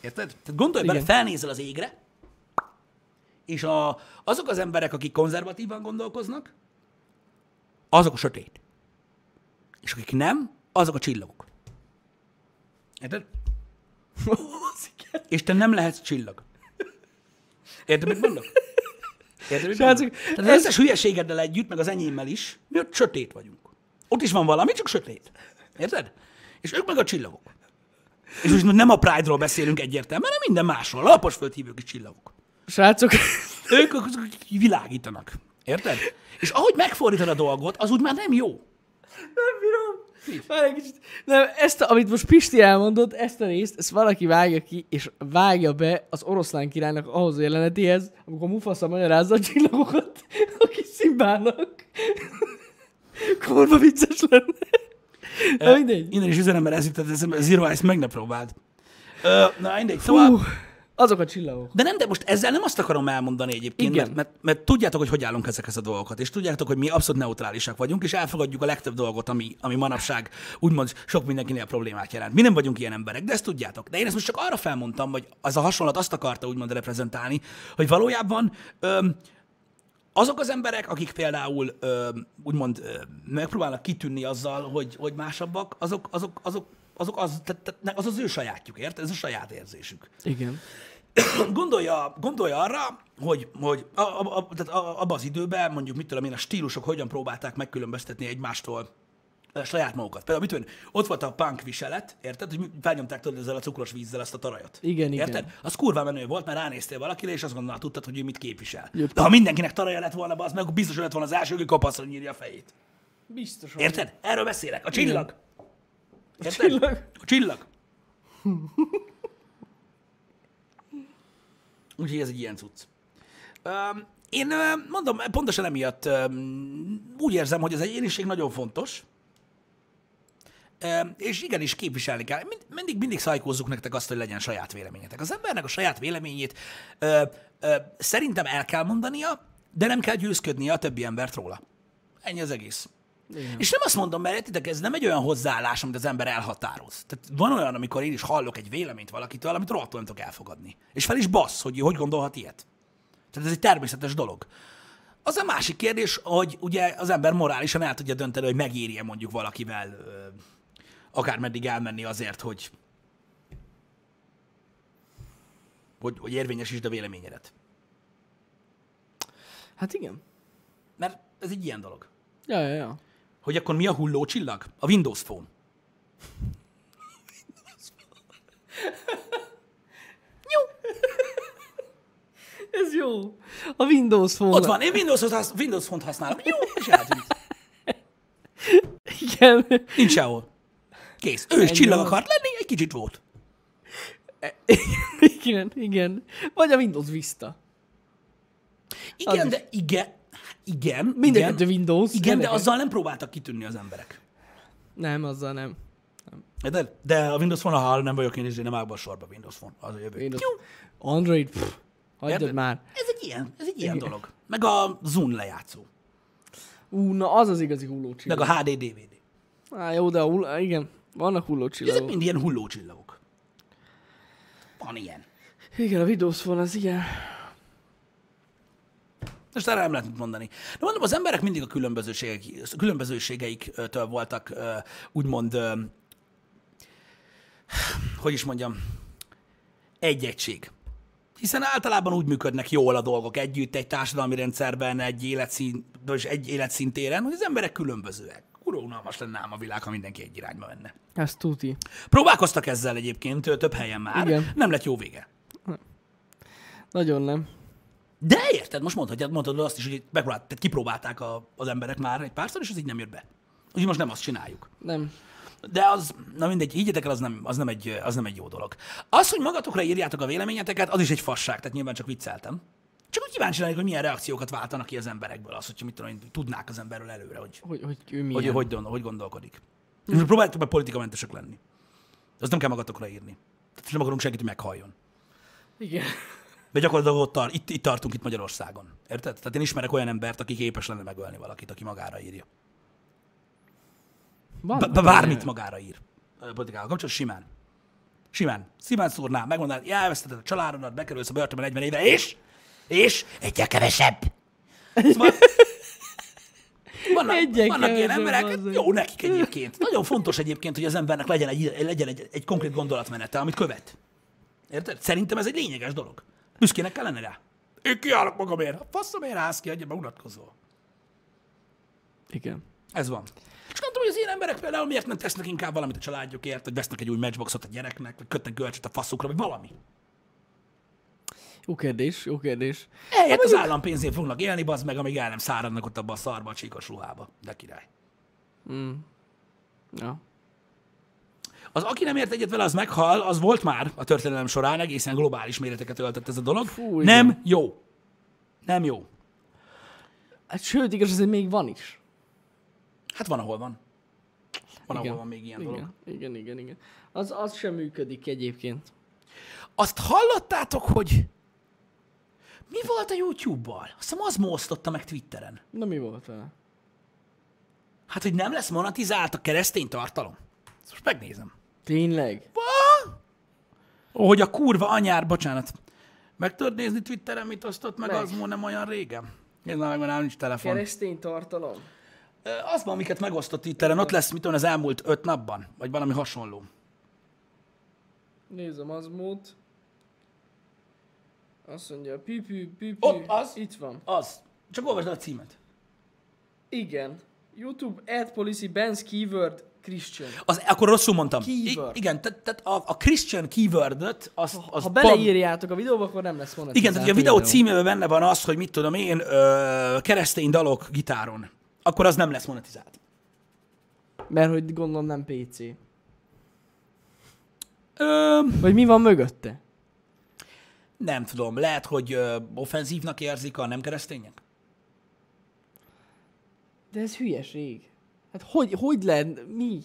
Speaker 2: Érted? Tehát gondolj bele,
Speaker 1: Igen.
Speaker 2: felnézel az égre, és a, azok az emberek, akik konzervatívan gondolkoznak, azok a sötét. És akik nem, azok a csillagok. Érted?
Speaker 1: Az igen.
Speaker 2: És te nem lehetsz csillag. Érted, mit mondok? Érted, mit
Speaker 1: Srácok,
Speaker 2: mondok? Tehát az összes hülyeségeddel együtt, meg az enyémmel is, mi ott sötét vagyunk. Ott is van valami, csak sötét. Érted? És ők meg a csillagok. És most nem a Pride-ról beszélünk egyértelműen, hanem minden másról. Lapos földhívők is csillagok.
Speaker 1: Srácok, [LAUGHS]
Speaker 2: Ők azok, akik világítanak. Érted? És ahogy megfordítod a dolgot, az úgy már nem jó.
Speaker 1: nem bírom. Már egy kicsit. Nem, ezt, a- amit most Pisti elmondott, ezt a részt, ezt valaki vágja ki, és vágja be az oroszlán királynak ahhoz a jelenetéhez, amikor Mufasa magyarázza a csillagokat, [LAUGHS] aki szimbának. [LAUGHS] Kurva vicces lenne.
Speaker 2: E,
Speaker 1: Na mindegy.
Speaker 2: Innen is üzenem, mert ez itt ez, ez Zero Ice meg ne próbáld. Ö, na mindegy, szóval...
Speaker 1: Hú, azok a csillagok.
Speaker 2: De nem, de most ezzel nem azt akarom elmondani egyébként,
Speaker 1: Igen.
Speaker 2: mert, mert, mert tudjátok, hogy hogy állunk ezekhez a dolgokat, és tudjátok, hogy mi abszolút neutrálisak vagyunk, és elfogadjuk a legtöbb dolgot, ami, ami manapság úgymond sok mindenkinél problémát jelent. Mi nem vagyunk ilyen emberek, de ezt tudjátok. De én ezt most csak arra felmondtam, hogy az a hasonlat azt akarta úgymond reprezentálni, hogy valójában öm, azok az emberek, akik például öm, úgymond öm, megpróbálnak kitűnni azzal, hogy, hogy másabbak, azok, azok, azok, azok az, tehát, tehát az az ő sajátjuk, érted? Ez a saját érzésük
Speaker 1: Igen.
Speaker 2: gondolja, gondolja arra, hogy, hogy a, a, a, tehát a, abban az időben, mondjuk mit tudom én, a stílusok hogyan próbálták megkülönböztetni egymástól e, saját magukat. Például, mit tudom, én, ott volt a punk viselet, érted, hogy mi- felnyomták tudod ezzel a cukros vízzel ezt a tarajat.
Speaker 1: Igen, igen.
Speaker 2: érted? Az kurva menő volt, mert ránéztél valakire, és azt gondolod, tudtad, hogy ő mit képvisel.
Speaker 1: Jöttem.
Speaker 2: De ha mindenkinek taraja lett volna, az meg akkor biztos, hogy lett volna az első, aki kapaszra nyírja a fejét.
Speaker 1: Biztos. hogy-
Speaker 2: Érted? Erről beszélek. A csillag. Érted?
Speaker 1: csillag.
Speaker 2: A csillag. [LAUGHS] Úgyhogy ez egy ilyen cucc. Öm, én öm, mondom, pontosan emiatt öm, úgy érzem, hogy az egyéniség nagyon fontos, Öm, és igenis képviselni kell. Mind- Mindig, mindig szajkózzuk nektek azt, hogy legyen saját véleményetek. Az embernek a saját véleményét ö, ö, szerintem el kell mondania, de nem kell győzködnie a többi embert róla. Ennyi az egész. Igen. És nem azt mondom, mert értitek, ez nem egy olyan hozzáállás, amit az ember elhatároz. Tehát van olyan, amikor én is hallok egy véleményt valakitől, amit rohadtul nem tudok elfogadni. És fel is bassz, hogy ő hogy gondolhat ilyet. Tehát ez egy természetes dolog. Az a másik kérdés, hogy ugye az ember morálisan el tudja dönteni, hogy megéri-e mondjuk valakivel ö, akármeddig elmenni azért, hogy, hogy, hogy érvényesítsd a véleményedet.
Speaker 1: Hát igen.
Speaker 2: Mert ez egy ilyen dolog.
Speaker 1: Ja, ja, ja.
Speaker 2: Hogy akkor mi a hullócsillag? A Windows Phone.
Speaker 1: Ez jó. A Windows Phone.
Speaker 2: Ott van, én Windows, Windows Phone-t használok. Jó, és eltűnt.
Speaker 1: Igen. [LAUGHS]
Speaker 2: Nincs sehol. Kész. Ő is
Speaker 1: Ennyi
Speaker 2: csillag
Speaker 1: volt.
Speaker 2: akart lenni, egy kicsit volt.
Speaker 1: igen, igen. Vagy a Windows Vista. Az
Speaker 2: Igen,
Speaker 1: is.
Speaker 2: de igen, igen,
Speaker 1: Mind a
Speaker 2: igen,
Speaker 1: kettő Windows,
Speaker 2: igen de
Speaker 1: érdekel.
Speaker 2: azzal nem próbáltak kitűnni az emberek.
Speaker 1: Nem, azzal nem.
Speaker 2: De, de a Windows Phone, ha nem vagyok én, ezért nem állok be a sorba Windows Phone, az a jövő.
Speaker 1: Windows.
Speaker 2: Jó,
Speaker 1: Android, pff, hagyd
Speaker 2: Érted?
Speaker 1: már.
Speaker 2: Ez egy ilyen, ez egy ilyen dolog. Meg a Zoom lejátszó,
Speaker 1: Ú, na az az igazi
Speaker 2: meg
Speaker 1: hullócsillag.
Speaker 2: a HD DVD.
Speaker 1: Á, jó, de a hull... á, igen, vannak
Speaker 2: Ezek
Speaker 1: hullócsillagok.
Speaker 2: mind ilyen hullócsillagok. Van ilyen.
Speaker 1: Igen, a Windows Phone az ilyen.
Speaker 2: Most erre nem lehet mit mondani. De mondom, az emberek mindig a különbözőségeik, különbözőségeiktől voltak ö, úgymond, ö, hogy is mondjam, egy egység. Hiszen általában úgy működnek jól a dolgok együtt egy társadalmi rendszerben, egy, életszín, vagyis egy életszintéren, hogy az emberek különbözőek. Kurva unalmas lenne ám a világ, ha mindenki egy irányba menne.
Speaker 1: Ez tuti.
Speaker 2: Próbálkoztak ezzel egyébként ö, több helyen már.
Speaker 1: Igen.
Speaker 2: Nem lett jó vége.
Speaker 1: Nagyon nem.
Speaker 2: De érted, most mondhatjad, mondhatod azt is, hogy megpróbált, tehát kipróbálták a, az emberek már egy párszor, és ez így nem jött be. Úgyhogy most nem azt csináljuk.
Speaker 1: Nem.
Speaker 2: De az, na mindegy, higgyetek el, az nem, az, nem egy, az nem egy jó dolog. Az, hogy magatokra írjátok a véleményeteket, az is egy fasság, tehát nyilván csak vicceltem. Csak úgy kíváncsi lennék, hogy milyen reakciókat váltanak ki az emberekből, az, hogyha mit tudom, én, tudnák az emberről előre, hogy
Speaker 1: Hogy, hogy ő milyen.
Speaker 2: hogy, hogy, gondol, hogy gondolkodik. És most próbáljátok meg politikamentesek lenni. Azt nem kell magatokra írni. Tehát nem akarunk senkit, hogy meghalljon.
Speaker 1: Igen.
Speaker 2: De gyakorlatilag ott tar- itt, itt tartunk, itt Magyarországon. Érted? Tehát én ismerek olyan embert, aki képes lenne megölni valakit, aki magára írja.
Speaker 1: Van,
Speaker 2: B- bármit magára ír. Ö, Politikával kapcsolatban simán. Simán. Simán szúrná, megmondanád, elvesztetted a családodat, bekerülsz a börtönbe 40 éve, és? És? Egyel kevesebb.
Speaker 1: [LAUGHS]
Speaker 2: Szóval... Vannak,
Speaker 1: Egyel
Speaker 2: vannak ilyen
Speaker 1: kevesebb,
Speaker 2: emberek,
Speaker 1: bazd meg.
Speaker 2: jó nekik egyébként. Nagyon fontos egyébként, hogy az embernek legyen egy, legyen egy, egy konkrét gondolatmenete, amit követ. Érted? Szerintem ez egy lényeges dolog. Büszkének kell lenni rá. Én kiállok magamért. A faszomért állsz ki, adja be unatkozol.
Speaker 1: Igen.
Speaker 2: Ez van. És nem tudom, hogy az ilyen emberek például miért nem tesznek inkább valamit a családjukért, vagy vesznek egy új matchboxot a gyereknek, vagy kötnek görcsöt a faszukra, vagy valami.
Speaker 1: Hát Jó kérdés, jó kérdés.
Speaker 2: Ehelyett az állam pénzén fognak élni, bazd meg, amíg el nem száradnak ott abba a szarba, a csíkos ruhába. De király.
Speaker 1: Ja.
Speaker 2: Az, aki nem ért egyet vele, az meghal, az volt már a történelem során, egészen globális méreteket öltött ez a dolog.
Speaker 1: Fú, igen.
Speaker 2: nem jó. Nem jó.
Speaker 1: Hát sőt, igaz, azért még van is.
Speaker 2: Hát van, ahol van. Van,
Speaker 1: Igen.
Speaker 2: ahol van még ilyen dolog.
Speaker 1: Igen, igen, igen, igen. Az, az sem működik egyébként.
Speaker 2: Azt hallottátok, hogy mi volt a YouTube-bal? Azt hiszem az móztotta meg Twitteren.
Speaker 1: Na mi volt vele?
Speaker 2: Hát, hogy nem lesz monetizált a keresztény tartalom? Ezt most megnézem.
Speaker 1: Tényleg?
Speaker 2: Ó, hogy a kurva anyár, bocsánat. Meg tudod nézni Twitteren, mit osztott meg,
Speaker 1: Meg.
Speaker 2: az mó nem olyan régen? Nézd már meg, mert nálam nincs telefon.
Speaker 1: Keresztény tartalom?
Speaker 2: Ö, Az van, amiket megosztott Twitteren, ott lesz, mit tudom, az elmúlt öt napban, vagy valami hasonló.
Speaker 1: Nézem az mód. Azt mondja, pipű, pipű.
Speaker 2: Ott az.
Speaker 1: Itt van.
Speaker 2: Az. Csak olvasd el a címet.
Speaker 1: Igen. YouTube ad policy bans keyword Christian.
Speaker 2: Az, akkor rosszul mondtam.
Speaker 1: Keyword.
Speaker 2: I- igen, tehát tehát a, a Christian keyword-öt, az, az
Speaker 1: Ha
Speaker 2: pont-
Speaker 1: beleírjátok a videóba, akkor nem lesz monetizált.
Speaker 2: Igen, tehát hogy a videó címében benne van az, hogy mit tudom én, ö, keresztény dalok gitáron. Akkor az nem lesz monetizált.
Speaker 1: Mert hogy gondolom nem PC.
Speaker 2: Ö,
Speaker 1: Vagy mi van mögötte?
Speaker 2: Nem tudom, lehet, hogy ö, offenzívnak érzik a nem keresztények?
Speaker 1: De ez hülyeség. Hát hogy, hogy lehet, mi?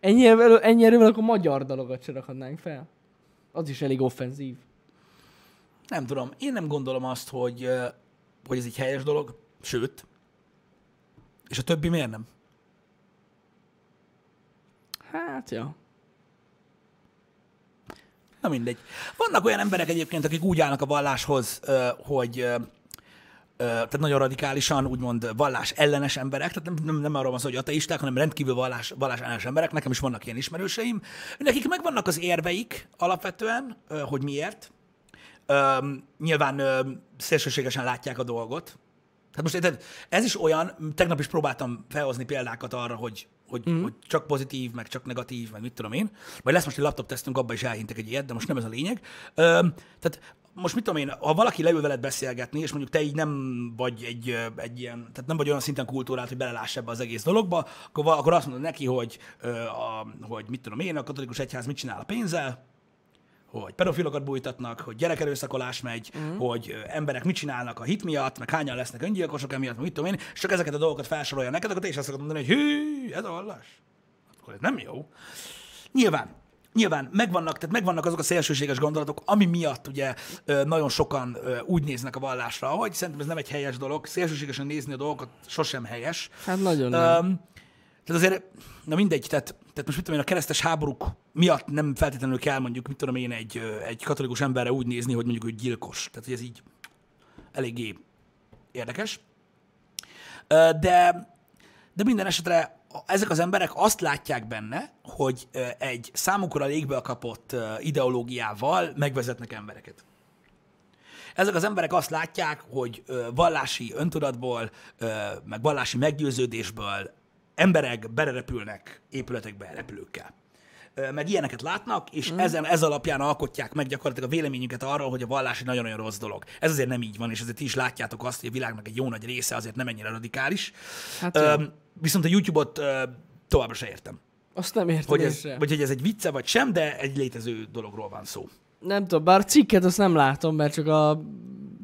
Speaker 1: Ennyi, erővel- ennyi erővel akkor magyar dalokat se rakhatnánk fel. Az is elég offenzív.
Speaker 2: Nem tudom, én nem gondolom azt, hogy, ö, hogy ez egy helyes dolog, sőt, és a többi miért nem?
Speaker 1: Hát, ja.
Speaker 2: Na mindegy. Vannak olyan emberek egyébként, akik úgy állnak a valláshoz, ö, hogy ö, ö, tehát nagyon radikálisan, úgymond vallás ellenes emberek, tehát nem, nem, nem arról van szó, hogy ateisták, hanem rendkívül vallás, vallás ellenes emberek, nekem is vannak ilyen ismerőseim. Nekik megvannak az érveik alapvetően, ö, hogy miért. Öm, nyilván öm, szélsőségesen látják a dolgot. Hát most érted, ez is olyan, tegnap is próbáltam felhozni példákat arra, hogy, hogy, mm. hogy csak pozitív, meg csak negatív, meg mit tudom én. Vagy lesz most egy laptop tesztünk, abban is elhintek egy ilyet, de most nem ez a lényeg. Öm, tehát most mit tudom én, ha valaki leül veled beszélgetni, és mondjuk te így nem vagy egy, ö, egy ilyen, tehát nem vagy olyan szinten kultúrált, hogy beleláss ebbe az egész dologba, akkor, val- akkor azt mondod neki, hogy, ö, a, hogy mit tudom én, a katolikus egyház mit csinál a pénzzel, hogy pedofilokat bújtatnak, hogy gyerekerőszakolás megy, mm. hogy ö, emberek mit csinálnak a hit miatt, meg hányan lesznek öngyilkosok emiatt, meg mit tudom én, és csak ezeket a dolgokat felsorolja neked, akkor te is azt akarod mondani, hogy hű, ez a vallás. Akkor ez nem jó. Nyilván, nyilván megvannak, tehát megvannak azok a szélsőséges gondolatok, ami miatt ugye ö, nagyon sokan ö, úgy néznek a vallásra, hogy szerintem ez nem egy helyes dolog, szélsőségesen nézni a dolgokat sosem helyes.
Speaker 1: Hát nagyon nem.
Speaker 2: Um, tehát azért, na mindegy, tehát, tehát most mit tudom én, a keresztes háborúk miatt nem feltétlenül kell mondjuk, mit tudom én, egy, ö, egy katolikus emberre úgy nézni, hogy mondjuk ő gyilkos. Tehát, hogy ez így, eléggé érdekes. Ö, De, de minden esetre a- ezek az emberek azt látják benne, hogy ö, egy számukra légből kapott ö, ideológiával megvezetnek embereket. Ezek az emberek azt látják, hogy ö, vallási öntudatból, ö, meg vallási meggyőződésből emberek berepülnek épületekbe repülőkkel. Ö, Meg ilyeneket látnak, és mm. ezen, ez alapján alkotják meg gyakorlatilag a véleményünket arról, hogy a vallás egy nagyon-nagyon rossz dolog. Ez azért nem így van, és ezért ti is látjátok azt, hogy a világnak egy jó nagy része azért nem ennyire radikális.
Speaker 1: Hát
Speaker 2: Ö,
Speaker 1: jó.
Speaker 2: viszont a YouTube-ot ö, továbbra se értem.
Speaker 1: Azt nem értem
Speaker 2: Hogy
Speaker 1: én
Speaker 2: ez,
Speaker 1: sem.
Speaker 2: vagy hogy ez egy vicce, vagy sem, de egy létező dologról van szó.
Speaker 1: Nem tudom, bár cikket azt nem látom, mert csak a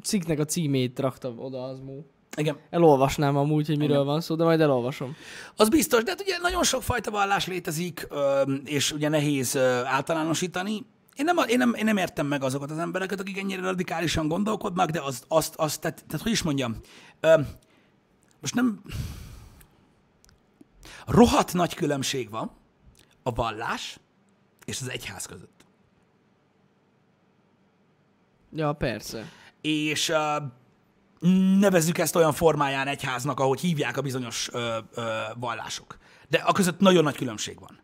Speaker 1: cikknek a címét raktam oda az mú.
Speaker 2: Igen.
Speaker 1: Elolvasnám amúgy, hogy miről van szó, de majd elolvasom.
Speaker 2: Az biztos, de hát ugye nagyon sok fajta vallás létezik, öm, és ugye nehéz ö, általánosítani. Én nem, én, nem, én nem értem meg azokat az embereket, akik ennyire radikálisan gondolkodnak, de azt, azt, azt tehát, tehát hogy is mondjam, öm, most nem... Rohadt nagy különbség van a vallás és az egyház között.
Speaker 1: Ja, persze.
Speaker 2: és uh, nevezzük ezt olyan formáján egyháznak, ahogy hívják a bizonyos uh, uh, vallások. De a között nagyon nagy különbség van.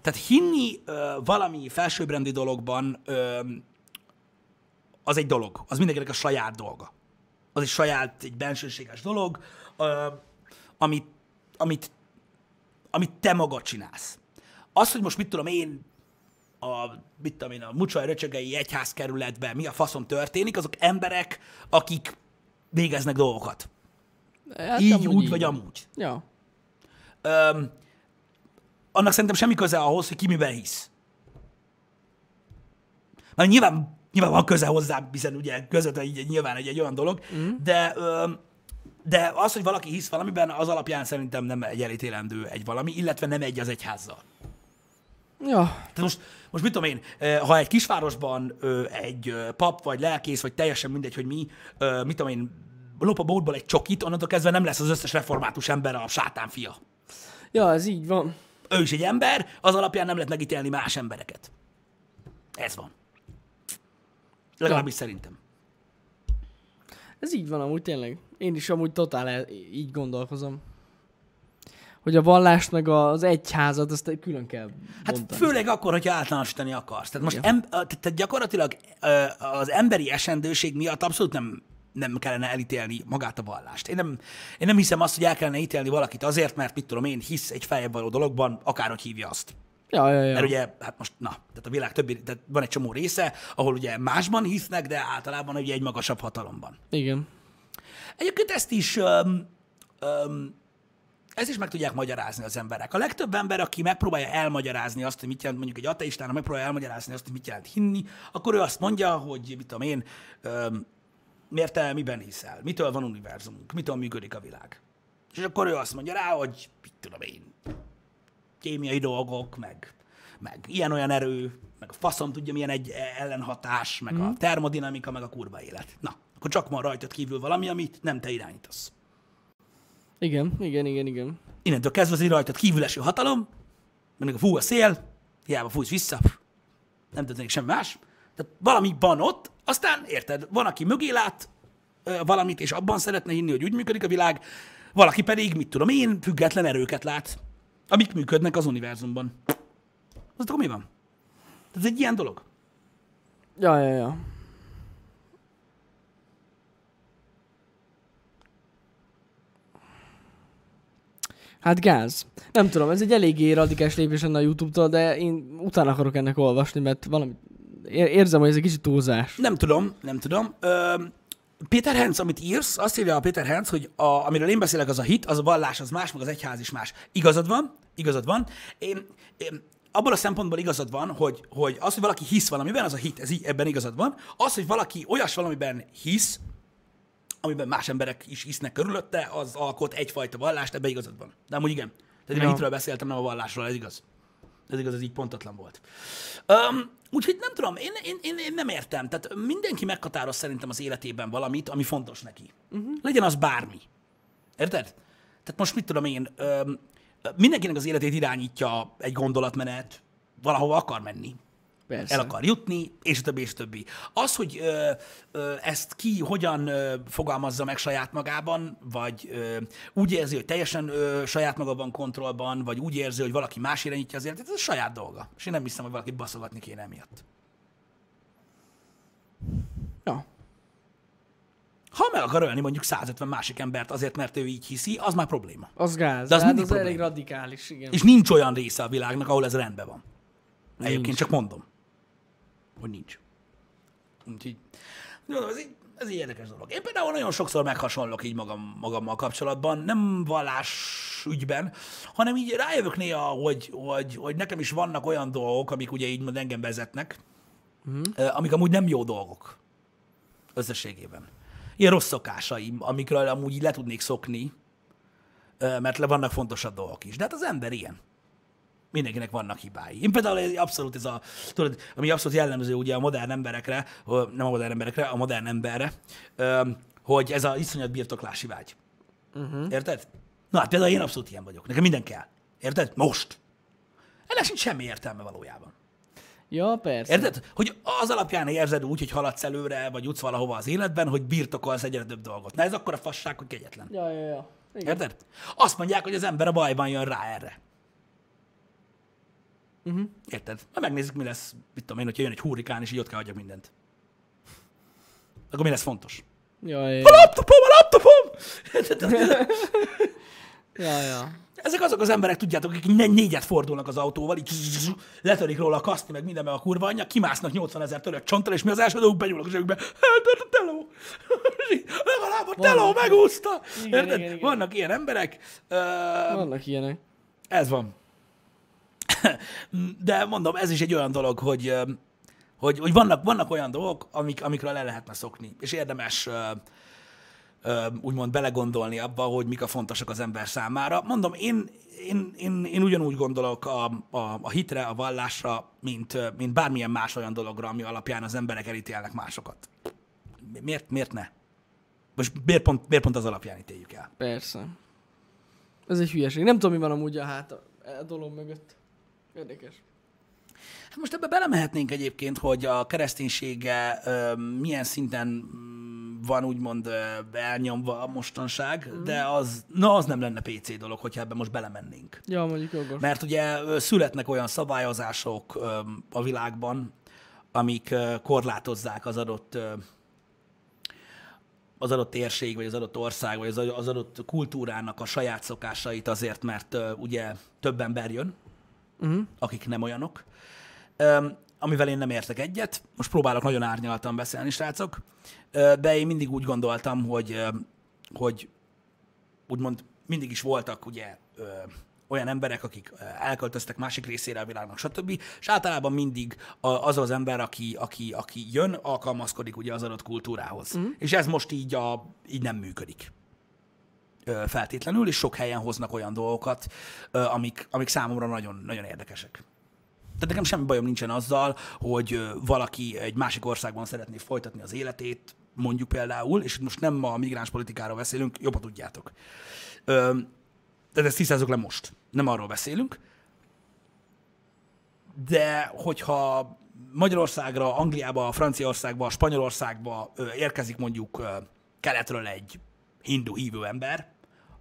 Speaker 2: Tehát hinni uh, valami felsőbbrendű dologban uh, az egy dolog, az mindenkinek a saját dolga. Az egy saját, egy bensőséges dolog, uh, amit, amit, amit te magad csinálsz. Az, hogy most mit tudom én, a, mit tudom én, a Mucsaj Röcsögei egyházkerületben mi a faszom történik, azok emberek, akik végeznek dolgokat.
Speaker 1: Hát
Speaker 2: így,
Speaker 1: amúgy
Speaker 2: úgy, vagy amúgy.
Speaker 1: Ja.
Speaker 2: Öm, annak szerintem semmi köze ahhoz, hogy ki miben hisz. Mert nyilván, nyilván van köze hozzá, hiszen ugye közvetlen így nyilván egy, egy olyan dolog, mm. de öm, de az, hogy valaki hisz valamiben, az alapján szerintem nem egy elítélendő egy valami, illetve nem egy az egyházzal.
Speaker 1: Ja.
Speaker 2: Tehát most, most mit tudom én, eh, ha egy kisvárosban ö, egy ö, pap, vagy lelkész, vagy teljesen mindegy, hogy mi, ö, mit tudom én, lop a bótból egy csokit, onnantól kezdve nem lesz az összes református ember a sátán fia.
Speaker 1: Ja, ez így van.
Speaker 2: Ő is egy ember, az alapján nem lehet megítélni más embereket. Ez van. Legalábbis szerintem.
Speaker 1: Ez így van amúgy tényleg. Én is amúgy totál el- így gondolkozom. Hogy a vallást meg az egyházat, azt külön kell
Speaker 2: Hát
Speaker 1: bontani.
Speaker 2: főleg akkor, hogyha általánosítani akarsz. Tehát most em, tehát tehát gyakorlatilag ö, az emberi esendőség miatt abszolút nem, nem kellene elítélni magát a vallást. Én nem, én nem hiszem azt, hogy el kellene ítélni valakit azért, mert mit tudom én, hisz egy feljebb való dologban, akárhogy hívja azt.
Speaker 1: Ja, ja, ja.
Speaker 2: Mert ugye, hát most, na, tehát a világ többi, tehát van egy csomó része, ahol ugye másban hisznek, de általában ugye egy magasabb hatalomban.
Speaker 1: Igen.
Speaker 2: Egyébként ezt is, öm, öm, ezt is meg tudják magyarázni az emberek. A legtöbb ember, aki megpróbálja elmagyarázni azt, hogy mit jelent mondjuk egy ateistának, megpróbálja elmagyarázni azt, hogy mit jelent hinni, akkor ő azt mondja, hogy mit tudom én, öm, miért te miben hiszel, mitől van univerzumunk, mitől működik a világ. És akkor ő azt mondja rá, hogy mit tudom én, kémiai dolgok, meg, meg ilyen-olyan erő, meg a faszom tudja milyen egy ellenhatás, meg mm. a termodinamika, meg a kurva élet. Na, akkor csak van rajtad kívül valami, amit nem te irányítasz.
Speaker 1: Igen, igen, igen, igen.
Speaker 2: Innentől kezdve az egy rajtad kívül eső hatalom, mondjuk a fú a szél, hiába fújsz vissza, nem történik semmi más. Tehát valami van ott, aztán érted, van, aki mögé lát ö, valamit, és abban szeretne hinni, hogy úgy működik a világ, valaki pedig, mit tudom én, független erőket lát, amik működnek az univerzumban. Az akkor mi van? Tehát Ez egy ilyen dolog.
Speaker 1: Ja, ja, ja. Hát gáz. Nem tudom, ez egy eléggé radikális lépés lenne a YouTube-tól, de én utána akarok ennek olvasni, mert valami... é- Érzem, hogy ez egy kicsit túlzás.
Speaker 2: Nem tudom, nem tudom. Ö, Péter Henz, amit írsz, azt írja a Péter Henz, hogy a, amiről én beszélek, az a hit, az a vallás, az más, meg az egyház is más. Igazad van, igazad van. Én, én abból a szempontból igazad van, hogy, hogy az, hogy valaki hisz valamiben, az a hit, ez így, ebben igazad van. Az, hogy valaki olyas valamiben hisz, amiben más emberek is hisznek körülötte, az alkot egyfajta vallást, ebben igazad van. De amúgy igen. Tehát én a
Speaker 1: Ja.
Speaker 2: hitről beszéltem, nem a vallásról, ez igaz. Ez igaz, ez így pontatlan volt. Um, úgyhogy nem tudom, én, én, én, én nem értem. Tehát mindenki meghatároz szerintem az életében valamit, ami fontos neki. Uh-huh. Legyen az bármi. Érted? Tehát most mit tudom én, öm, mindenkinek az életét irányítja egy gondolatmenet, valahova akar menni.
Speaker 1: Persze.
Speaker 2: el akar jutni, és a többi, és a többi. Az, hogy ö, ö, ezt ki hogyan ö, fogalmazza meg saját magában, vagy ö, úgy érzi, hogy teljesen ö, saját maga van kontrollban, vagy úgy érzi, hogy valaki más irányítja az életét, ez a saját dolga. És én nem hiszem, hogy valakit baszogatni kéne emiatt.
Speaker 1: Ja.
Speaker 2: Ha meg akar ölni mondjuk 150 másik embert azért, mert ő így hiszi, az már probléma.
Speaker 1: Az gáz.
Speaker 2: De az
Speaker 1: hát
Speaker 2: mindig
Speaker 1: az elég
Speaker 2: probléma.
Speaker 1: radikális, igen.
Speaker 2: És nincs olyan része a világnak, ahol ez rendben van. Egyébként csak mondom, hogy nincs. Úgyhogy, mondom, ez így, ez egy érdekes dolog. Én például nagyon sokszor meghasonlok így magam, magammal kapcsolatban, nem vallás ügyben, hanem így rájövök néha, hogy, hogy, hogy nekem is vannak olyan dolgok, amik ugye így mond engem vezetnek, mm. amik amúgy nem jó dolgok összességében. Ilyen rossz szokásaim, amikről amúgy így le tudnék szokni, ö, mert le vannak fontosabb dolgok is. De hát az ember ilyen mindenkinek vannak hibái. Én például ez abszolút ez a, tudod, ami abszolút jellemző ugye a modern emberekre, ö, nem a modern emberekre, a modern emberre, ö, hogy ez az iszonyat birtoklási vágy. Uh-huh. Érted? Na hát például én abszolút ilyen vagyok. Nekem minden kell. Érted? Most. Ennek sincs semmi értelme valójában.
Speaker 1: Ja, persze.
Speaker 2: Érted? Hogy az alapján érzed úgy, hogy haladsz előre, vagy jutsz valahova az életben, hogy birtokolsz egyre több dolgot. Na ez akkor a fasság, hogy kegyetlen.
Speaker 1: Ja, ja, ja. Igen.
Speaker 2: Érted? Azt mondják, hogy az ember a bajban jön rá erre. Uh-huh. Érted? Na megnézzük, mi lesz, mit tudom én, hogyha jön egy hurrikán, és így ott kell hagyjak mindent. Akkor mi lesz fontos?
Speaker 1: Ja, ja,
Speaker 2: A
Speaker 1: ja.
Speaker 2: laptopom, a laptopom! [LAUGHS] Érted?
Speaker 1: ja, ja.
Speaker 2: Ezek azok az emberek, tudjátok, akik ne- négyet fordulnak az autóval, így zzz, letörik róla a kaszni, meg minden, meg a kurva anyja, kimásznak 80 ezer törött csonttal, és mi az első dolguk benyúlok a zsebükbe. Hát, a teló! [LAUGHS] És így, Legalább a teló
Speaker 1: Vannak.
Speaker 2: megúszta!
Speaker 1: Igen,
Speaker 2: Érted?
Speaker 1: igen, igen.
Speaker 2: Vannak ilyen emberek. Ö,
Speaker 1: Vannak ilyenek.
Speaker 2: Ez van. [LAUGHS] De mondom, ez is egy olyan dolog, hogy, ö, hogy, hogy vannak, vannak olyan dolgok, amik, amikről le lehetne szokni, és érdemes ö, ö, úgymond belegondolni abba, hogy mik a fontosak az ember számára. Mondom, én, én, én, én ugyanúgy gondolok a, a, a hitre, a vallásra, mint, ö, mint bármilyen más olyan dologra, ami alapján az emberek elítélnek másokat. Mi- Miért, miért ne? Most miért pont, miért pont az alapján ítéljük el?
Speaker 1: Persze. Ez egy hülyeség. Nem tudom, mi van amúgy a hát a dolog mögött. Érdekes.
Speaker 2: Hát most ebbe belemehetnénk egyébként, hogy a kereszténysége ö, milyen szinten mm, van úgymond ö, elnyomva a mostanság, mm. de az, na az nem lenne PC dolog, hogyha ebbe most belemennénk.
Speaker 1: Ja, mondjuk jogos.
Speaker 2: Mert ugye ö, születnek olyan szabályozások ö, a világban, amik ö, korlátozzák az adott ö, az adott térség, vagy az adott ország, vagy az az adott kultúrának a saját szokásait azért, mert ö, ugye több ember jön, uh-huh. akik nem olyanok, Öm, amivel én nem értek egyet. Most próbálok nagyon árnyaltan beszélni, srácok, Ö, de én mindig úgy gondoltam, hogy, ö, hogy úgymond mindig is voltak ugye ö, olyan emberek, akik ö, elköltöztek másik részére a világnak, stb. És általában mindig a- az az ember, aki, aki, aki jön, alkalmazkodik ugye az adott kultúrához. Mm. És ez most így, a, így nem működik ö, feltétlenül, és sok helyen hoznak olyan dolgokat, ö, amik, amik számomra nagyon, nagyon érdekesek. Tehát nekem semmi bajom nincsen azzal, hogy ö, valaki egy másik országban szeretné folytatni az életét, mondjuk például, és itt most nem a migráns politikáról beszélünk, jobban tudjátok. Ö, tehát ezt tisztázzuk le most. Nem arról beszélünk. De hogyha Magyarországra, Angliába, Franciaországba, Spanyolországba ö, érkezik mondjuk ö, keletről egy hindu hívő ember,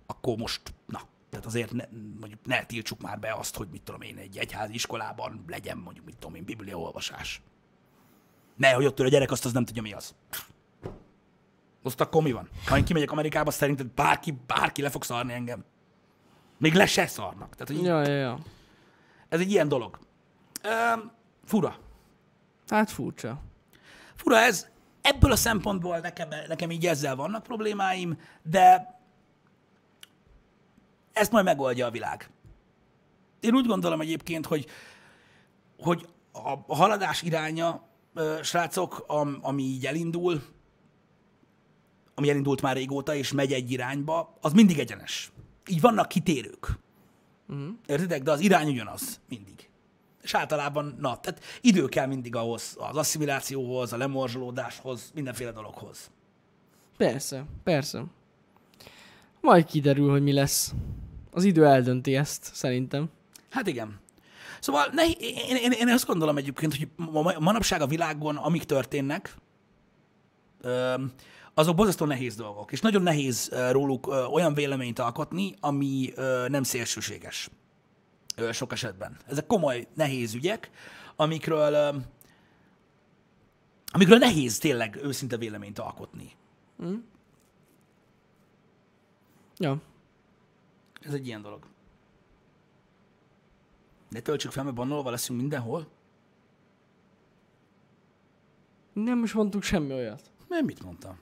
Speaker 2: akkor most, na, tehát azért ne, mondjuk ne tiltsuk már be azt, hogy mit tudom én, egy egyházi iskolában legyen mondjuk, mit tudom én, bibliaolvasás. Ne, hogy ott ül a gyerek, azt az nem tudja, mi az. Azt akkor mi van? Ha én kimegyek Amerikába, szerinted bárki, bárki le fog szarni engem. Még le se szarnak. Tehát, hogy
Speaker 1: Ja, ja, ja.
Speaker 2: ez egy ilyen dolog. Um, fura.
Speaker 1: Hát furcsa.
Speaker 2: Fura ez. Ebből a szempontból nekem, nekem így ezzel vannak problémáim, de ezt majd megoldja a világ. Én úgy gondolom egyébként, hogy, hogy a- a haladás iránya, ö, srácok, am, ami így elindul, ami elindult már régóta, és megy egy irányba, az mindig egyenes. Így vannak kitérők. Értitek? De az irány ugyanaz mindig. És általában, na, tehát idő kell mindig ahhoz, az asszimilációhoz, a lemorzsolódáshoz, mindenféle dologhoz.
Speaker 1: Persze, persze. Majd kiderül, hogy mi lesz. Az idő eldönti ezt, szerintem.
Speaker 2: Hát igen. Szóval ne, én, én, én azt gondolom egyébként, hogy ma- manapság a világon, amik történnek, öm, azok borzasztó nehéz dolgok, és nagyon nehéz ö, róluk ö, olyan véleményt alkotni, ami ö, nem szélsőséges ö, sok esetben. Ezek komoly, nehéz ügyek, amikről, ö, amikről nehéz tényleg őszinte véleményt alkotni.
Speaker 1: Ja.
Speaker 2: Ez egy ilyen dolog. Ne töltsük fel, mert bannolva leszünk mindenhol.
Speaker 1: Nem most mondtuk semmi olyat.
Speaker 2: Mert mit mondtam?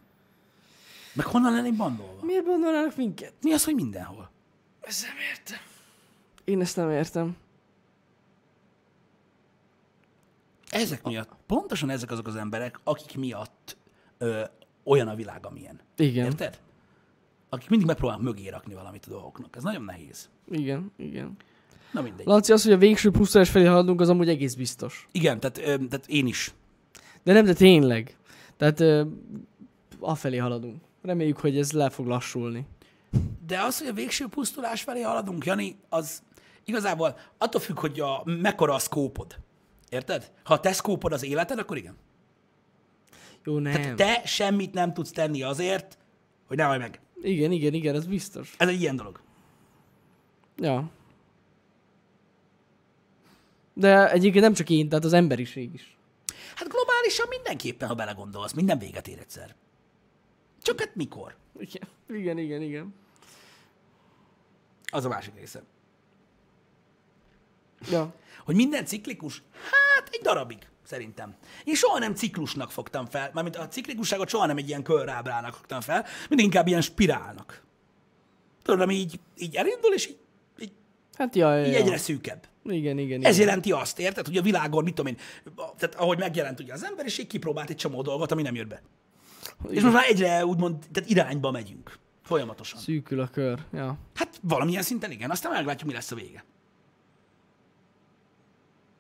Speaker 2: Meg honnan lennék bannolva?
Speaker 1: Miért gondolnának minket?
Speaker 2: Mi az, hogy mindenhol?
Speaker 1: Ezt nem értem. Én ezt nem értem.
Speaker 2: Ezek miatt, pontosan ezek azok az emberek, akik miatt ö, olyan a világ, amilyen.
Speaker 1: Igen.
Speaker 2: Érted? Akik mindig megpróbálnak mögé rakni valamit a dolgoknak. Ez nagyon nehéz.
Speaker 1: Igen, igen.
Speaker 2: Na mindegy.
Speaker 1: Laci, az, hogy a végső pusztulás felé haladunk, az amúgy egész biztos.
Speaker 2: Igen, tehát, ö, tehát én is.
Speaker 1: De nem, de tényleg. Tehát ö, afelé haladunk. Reméljük, hogy ez le fog lassulni.
Speaker 2: De az, hogy a végső pusztulás felé haladunk, Jani, az igazából attól függ, hogy a, mekkora a szkópod. Érted? Ha a te szkópod az életed, akkor igen.
Speaker 1: Jó, nem.
Speaker 2: Tehát te semmit nem tudsz tenni azért, hogy ne hallj meg.
Speaker 1: Igen, igen, igen, ez biztos.
Speaker 2: Ez egy ilyen dolog.
Speaker 1: Ja. De egyébként nem csak én, tehát az emberiség is.
Speaker 2: Hát globálisan mindenképpen, ha belegondolsz, minden véget ér egyszer. Csak hát mikor?
Speaker 1: Igen, igen, igen. igen.
Speaker 2: Az a másik része.
Speaker 1: Ja.
Speaker 2: Hogy minden ciklikus? Hát egy darabig, szerintem. Én soha nem ciklusnak fogtam fel, mármint a ciklikusságot soha nem egy ilyen körrábrának fogtam fel, mindig inkább ilyen spirálnak. Tudod, ami így, így elindul, és így, így,
Speaker 1: Hát ja, ja,
Speaker 2: így
Speaker 1: ja.
Speaker 2: egyre szűkebb.
Speaker 1: Igen, igen, igen.
Speaker 2: Ez jelenti azt, érted, hogy a világon, mit tudom én, a- tehát ahogy megjelent ugye az emberiség, kipróbált egy csomó dolgot, ami nem jött be. És most már egyre úgymond, tehát irányba megyünk. Folyamatosan.
Speaker 1: Szűkül a kör. Ja.
Speaker 2: Hát valamilyen szinten igen, aztán meglátjuk, mi lesz a vége.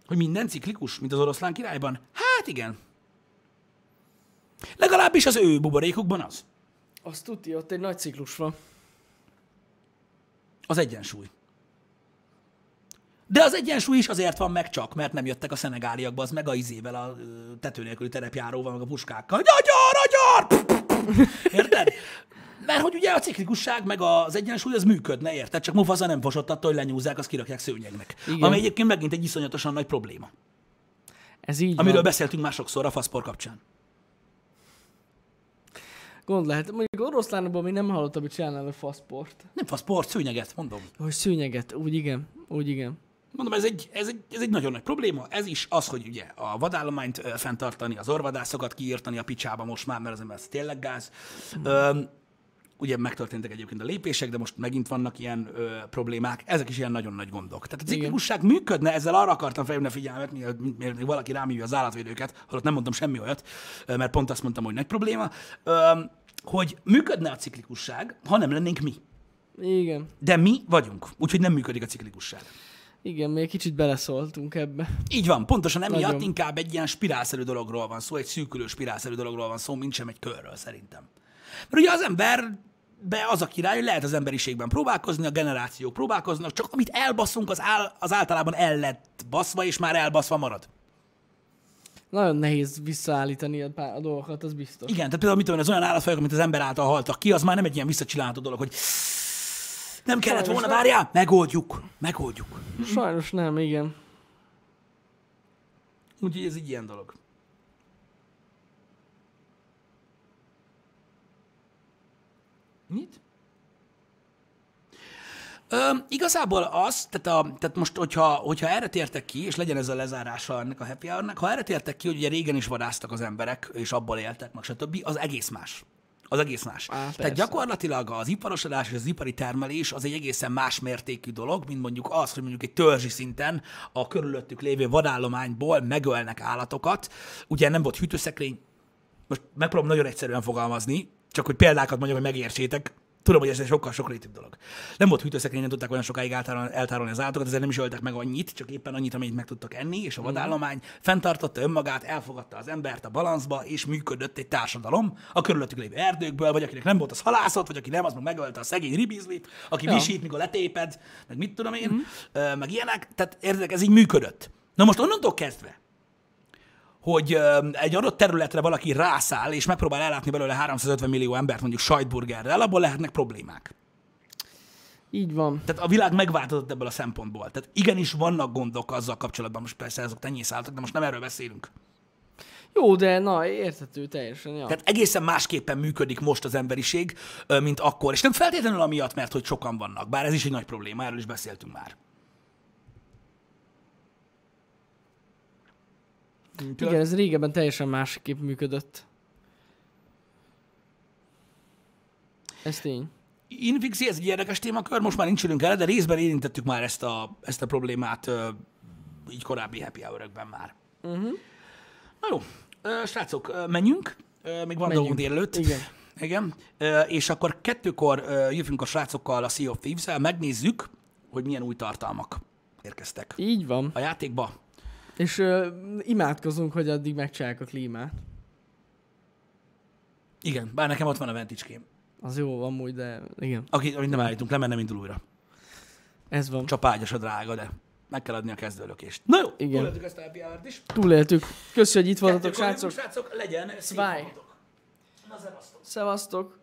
Speaker 2: Hogy minden ciklikus, mint az oroszlán királyban? Hát igen. Legalábbis az ő buborékukban az.
Speaker 1: Azt tudja, ott egy nagy ciklus van.
Speaker 2: Az egyensúly. De az egyensúly is azért van meg csak, mert nem jöttek a szenegáliakba, az meg a izével, a ö, tető nélküli terepjáróval, meg a puskákkal. hogy Agyar, agyar! Érted? Mert hogy ugye a ciklikusság meg az egyensúly az működne, érted? Csak Mufasa nem fosott attól, hogy lenyúzzák, azt kirakják szőnyegnek.
Speaker 1: Igen.
Speaker 2: Igen. Ami egyébként megint egy iszonyatosan nagy probléma.
Speaker 1: Ez így
Speaker 2: Amiről
Speaker 1: van.
Speaker 2: beszéltünk már sokszor a faszpor kapcsán.
Speaker 1: Gond lehet. Mondjuk oroszlánokban még nem hallottam, hogy csinálnának faszport.
Speaker 2: Nem faszpor, szőnyeget, mondom.
Speaker 1: Hogy szőnyeget. Úgy igen. Úgy igen.
Speaker 2: Mondom, ez egy, ez, egy, ez egy nagyon nagy probléma. Ez is az, hogy ugye a vadállományt ö, fenntartani, az orvadászokat kiírtani a picsába most már, mert az ember ez tényleg gáz. Öm, ugye megtörténtek egyébként a lépések, de most megint vannak ilyen ö, problémák. Ezek is ilyen nagyon nagy gondok. Tehát a ciklikusság működne, ezzel arra akartam felhívni a figyelmet, mielőtt mielőtt még valaki rámívja az állatvédőket, holott nem mondtam semmi olyat, ö, mert pont azt mondtam, hogy nagy probléma, öm, hogy működne a ciklikusság, ha nem lennénk mi.
Speaker 1: Igen.
Speaker 2: De mi vagyunk, úgyhogy nem működik a ciklikusság.
Speaker 1: Igen, mi egy kicsit beleszóltunk ebbe.
Speaker 2: Így van, pontosan emiatt
Speaker 1: Nagyon.
Speaker 2: Nagyon. inkább egy ilyen spirálszerű dologról van szó, egy szűkülő spirálszerű dologról van szó, mint sem egy körről szerintem. Mert ugye az ember be az a király, hogy lehet az emberiségben próbálkozni, a generációk próbálkoznak, csak amit elbaszunk, az, áll, az általában el lett baszva, és már elbaszva marad.
Speaker 1: Nagyon nehéz visszaállítani a, pá- a dolgokat, az [LAUGHS] biztos.
Speaker 2: Igen, tehát például mit tudom, én, az olyan állatfajok, amit az ember által haltak ki, az már nem egy ilyen visszacsinálható dolog, hogy nem kellett
Speaker 1: Sajnos
Speaker 2: volna,
Speaker 1: nem.
Speaker 2: várjál, megoldjuk, megoldjuk.
Speaker 1: Sajnos nem, igen.
Speaker 2: Úgyhogy ez egy ilyen dolog. Mit? Ö, igazából az, tehát, a, tehát most, hogyha, hogyha erre tértek ki, és legyen ez a lezárása ennek a happy hour ha erre tértek ki, hogy ugye régen is vadásztak az emberek, és abból éltek, meg stb., az egész más. Az egész más.
Speaker 1: Á, persze.
Speaker 2: tehát gyakorlatilag az iparosodás és az ipari termelés az egy egészen más mértékű dolog, mint mondjuk az, hogy mondjuk egy törzsi szinten a körülöttük lévő vadállományból megölnek állatokat. Ugye nem volt hűtőszekrény, most megpróbálom nagyon egyszerűen fogalmazni, csak hogy példákat mondjam, hogy megértsétek, Tudom, hogy ez egy sokkal sokrétűbb dolog. Nem volt hűtőszekrény, nem tudták olyan sokáig eltárolni, eltárolni az állatokat, ezért nem is öltek meg annyit, csak éppen annyit, amennyit meg tudtak enni, és a vadállomány fenntartotta önmagát, elfogadta az embert a balanszba, és működött egy társadalom a körülöttük lévő erdőkből, vagy akinek nem volt, az halászott, vagy aki nem, az meg megölte a szegény ribizlit, aki
Speaker 1: Ja.
Speaker 2: ja. visít, mikor letéped, meg mit tudom én, mm. meg ilyenek. Tehát érted, ez így működött. Na most onnantól kezdve, hogy ö, egy adott területre valaki rászáll, és megpróbál ellátni belőle 350 millió embert mondjuk sajtburgerrel, abból lehetnek problémák.
Speaker 1: Így van.
Speaker 2: Tehát a világ megváltozott ebből a szempontból. Tehát igenis vannak gondok azzal kapcsolatban, most persze azok tenyészálltak, de most nem erről beszélünk.
Speaker 1: Jó, de na, érthető teljesen, ja.
Speaker 2: Tehát egészen másképpen működik most az emberiség, ö, mint akkor. És nem feltétlenül amiatt, mert hogy sokan vannak, bár ez is egy nagy probléma, erről is beszéltünk már.
Speaker 1: Igen, ez régebben teljesen másképp működött. Ez tény.
Speaker 2: Infixi, ez egy érdekes témakör, most már nincs időnk erre, de részben érintettük már ezt a, ezt a problémát ö, így korábbi happy hour már.
Speaker 1: Mhm.
Speaker 2: Uh-huh. Na jó, ö, srácok, ö, menjünk, ö, még van
Speaker 1: Menjünk.
Speaker 2: dolgunk délelőtt.
Speaker 1: Igen.
Speaker 2: Igen, ö, és akkor kettőkor ö, jövünk a srácokkal a Sea of thieves megnézzük, hogy milyen új tartalmak érkeztek
Speaker 1: Így van.
Speaker 2: a játékba.
Speaker 1: És ö, imádkozunk, hogy addig megcsinálják a klímát.
Speaker 2: Igen, bár nekem ott van a venticském,
Speaker 1: Az jó van úgy, de igen,
Speaker 2: aki, amit nem állítunk le, mert nem indul újra.
Speaker 1: ez van.
Speaker 2: Csapágyas a drága, de meg kell adni a kezdőlökést. Na jó,
Speaker 1: Igen.
Speaker 2: túléltük ezt a happy hour is.
Speaker 1: Túléltük. Köszi, hogy itt voltatok,
Speaker 2: Kettőkor jövünk,
Speaker 1: srácok.
Speaker 2: srácok, legyen szép
Speaker 1: Bye.
Speaker 2: napotok. Na, szevasztok.
Speaker 1: Szevasztok.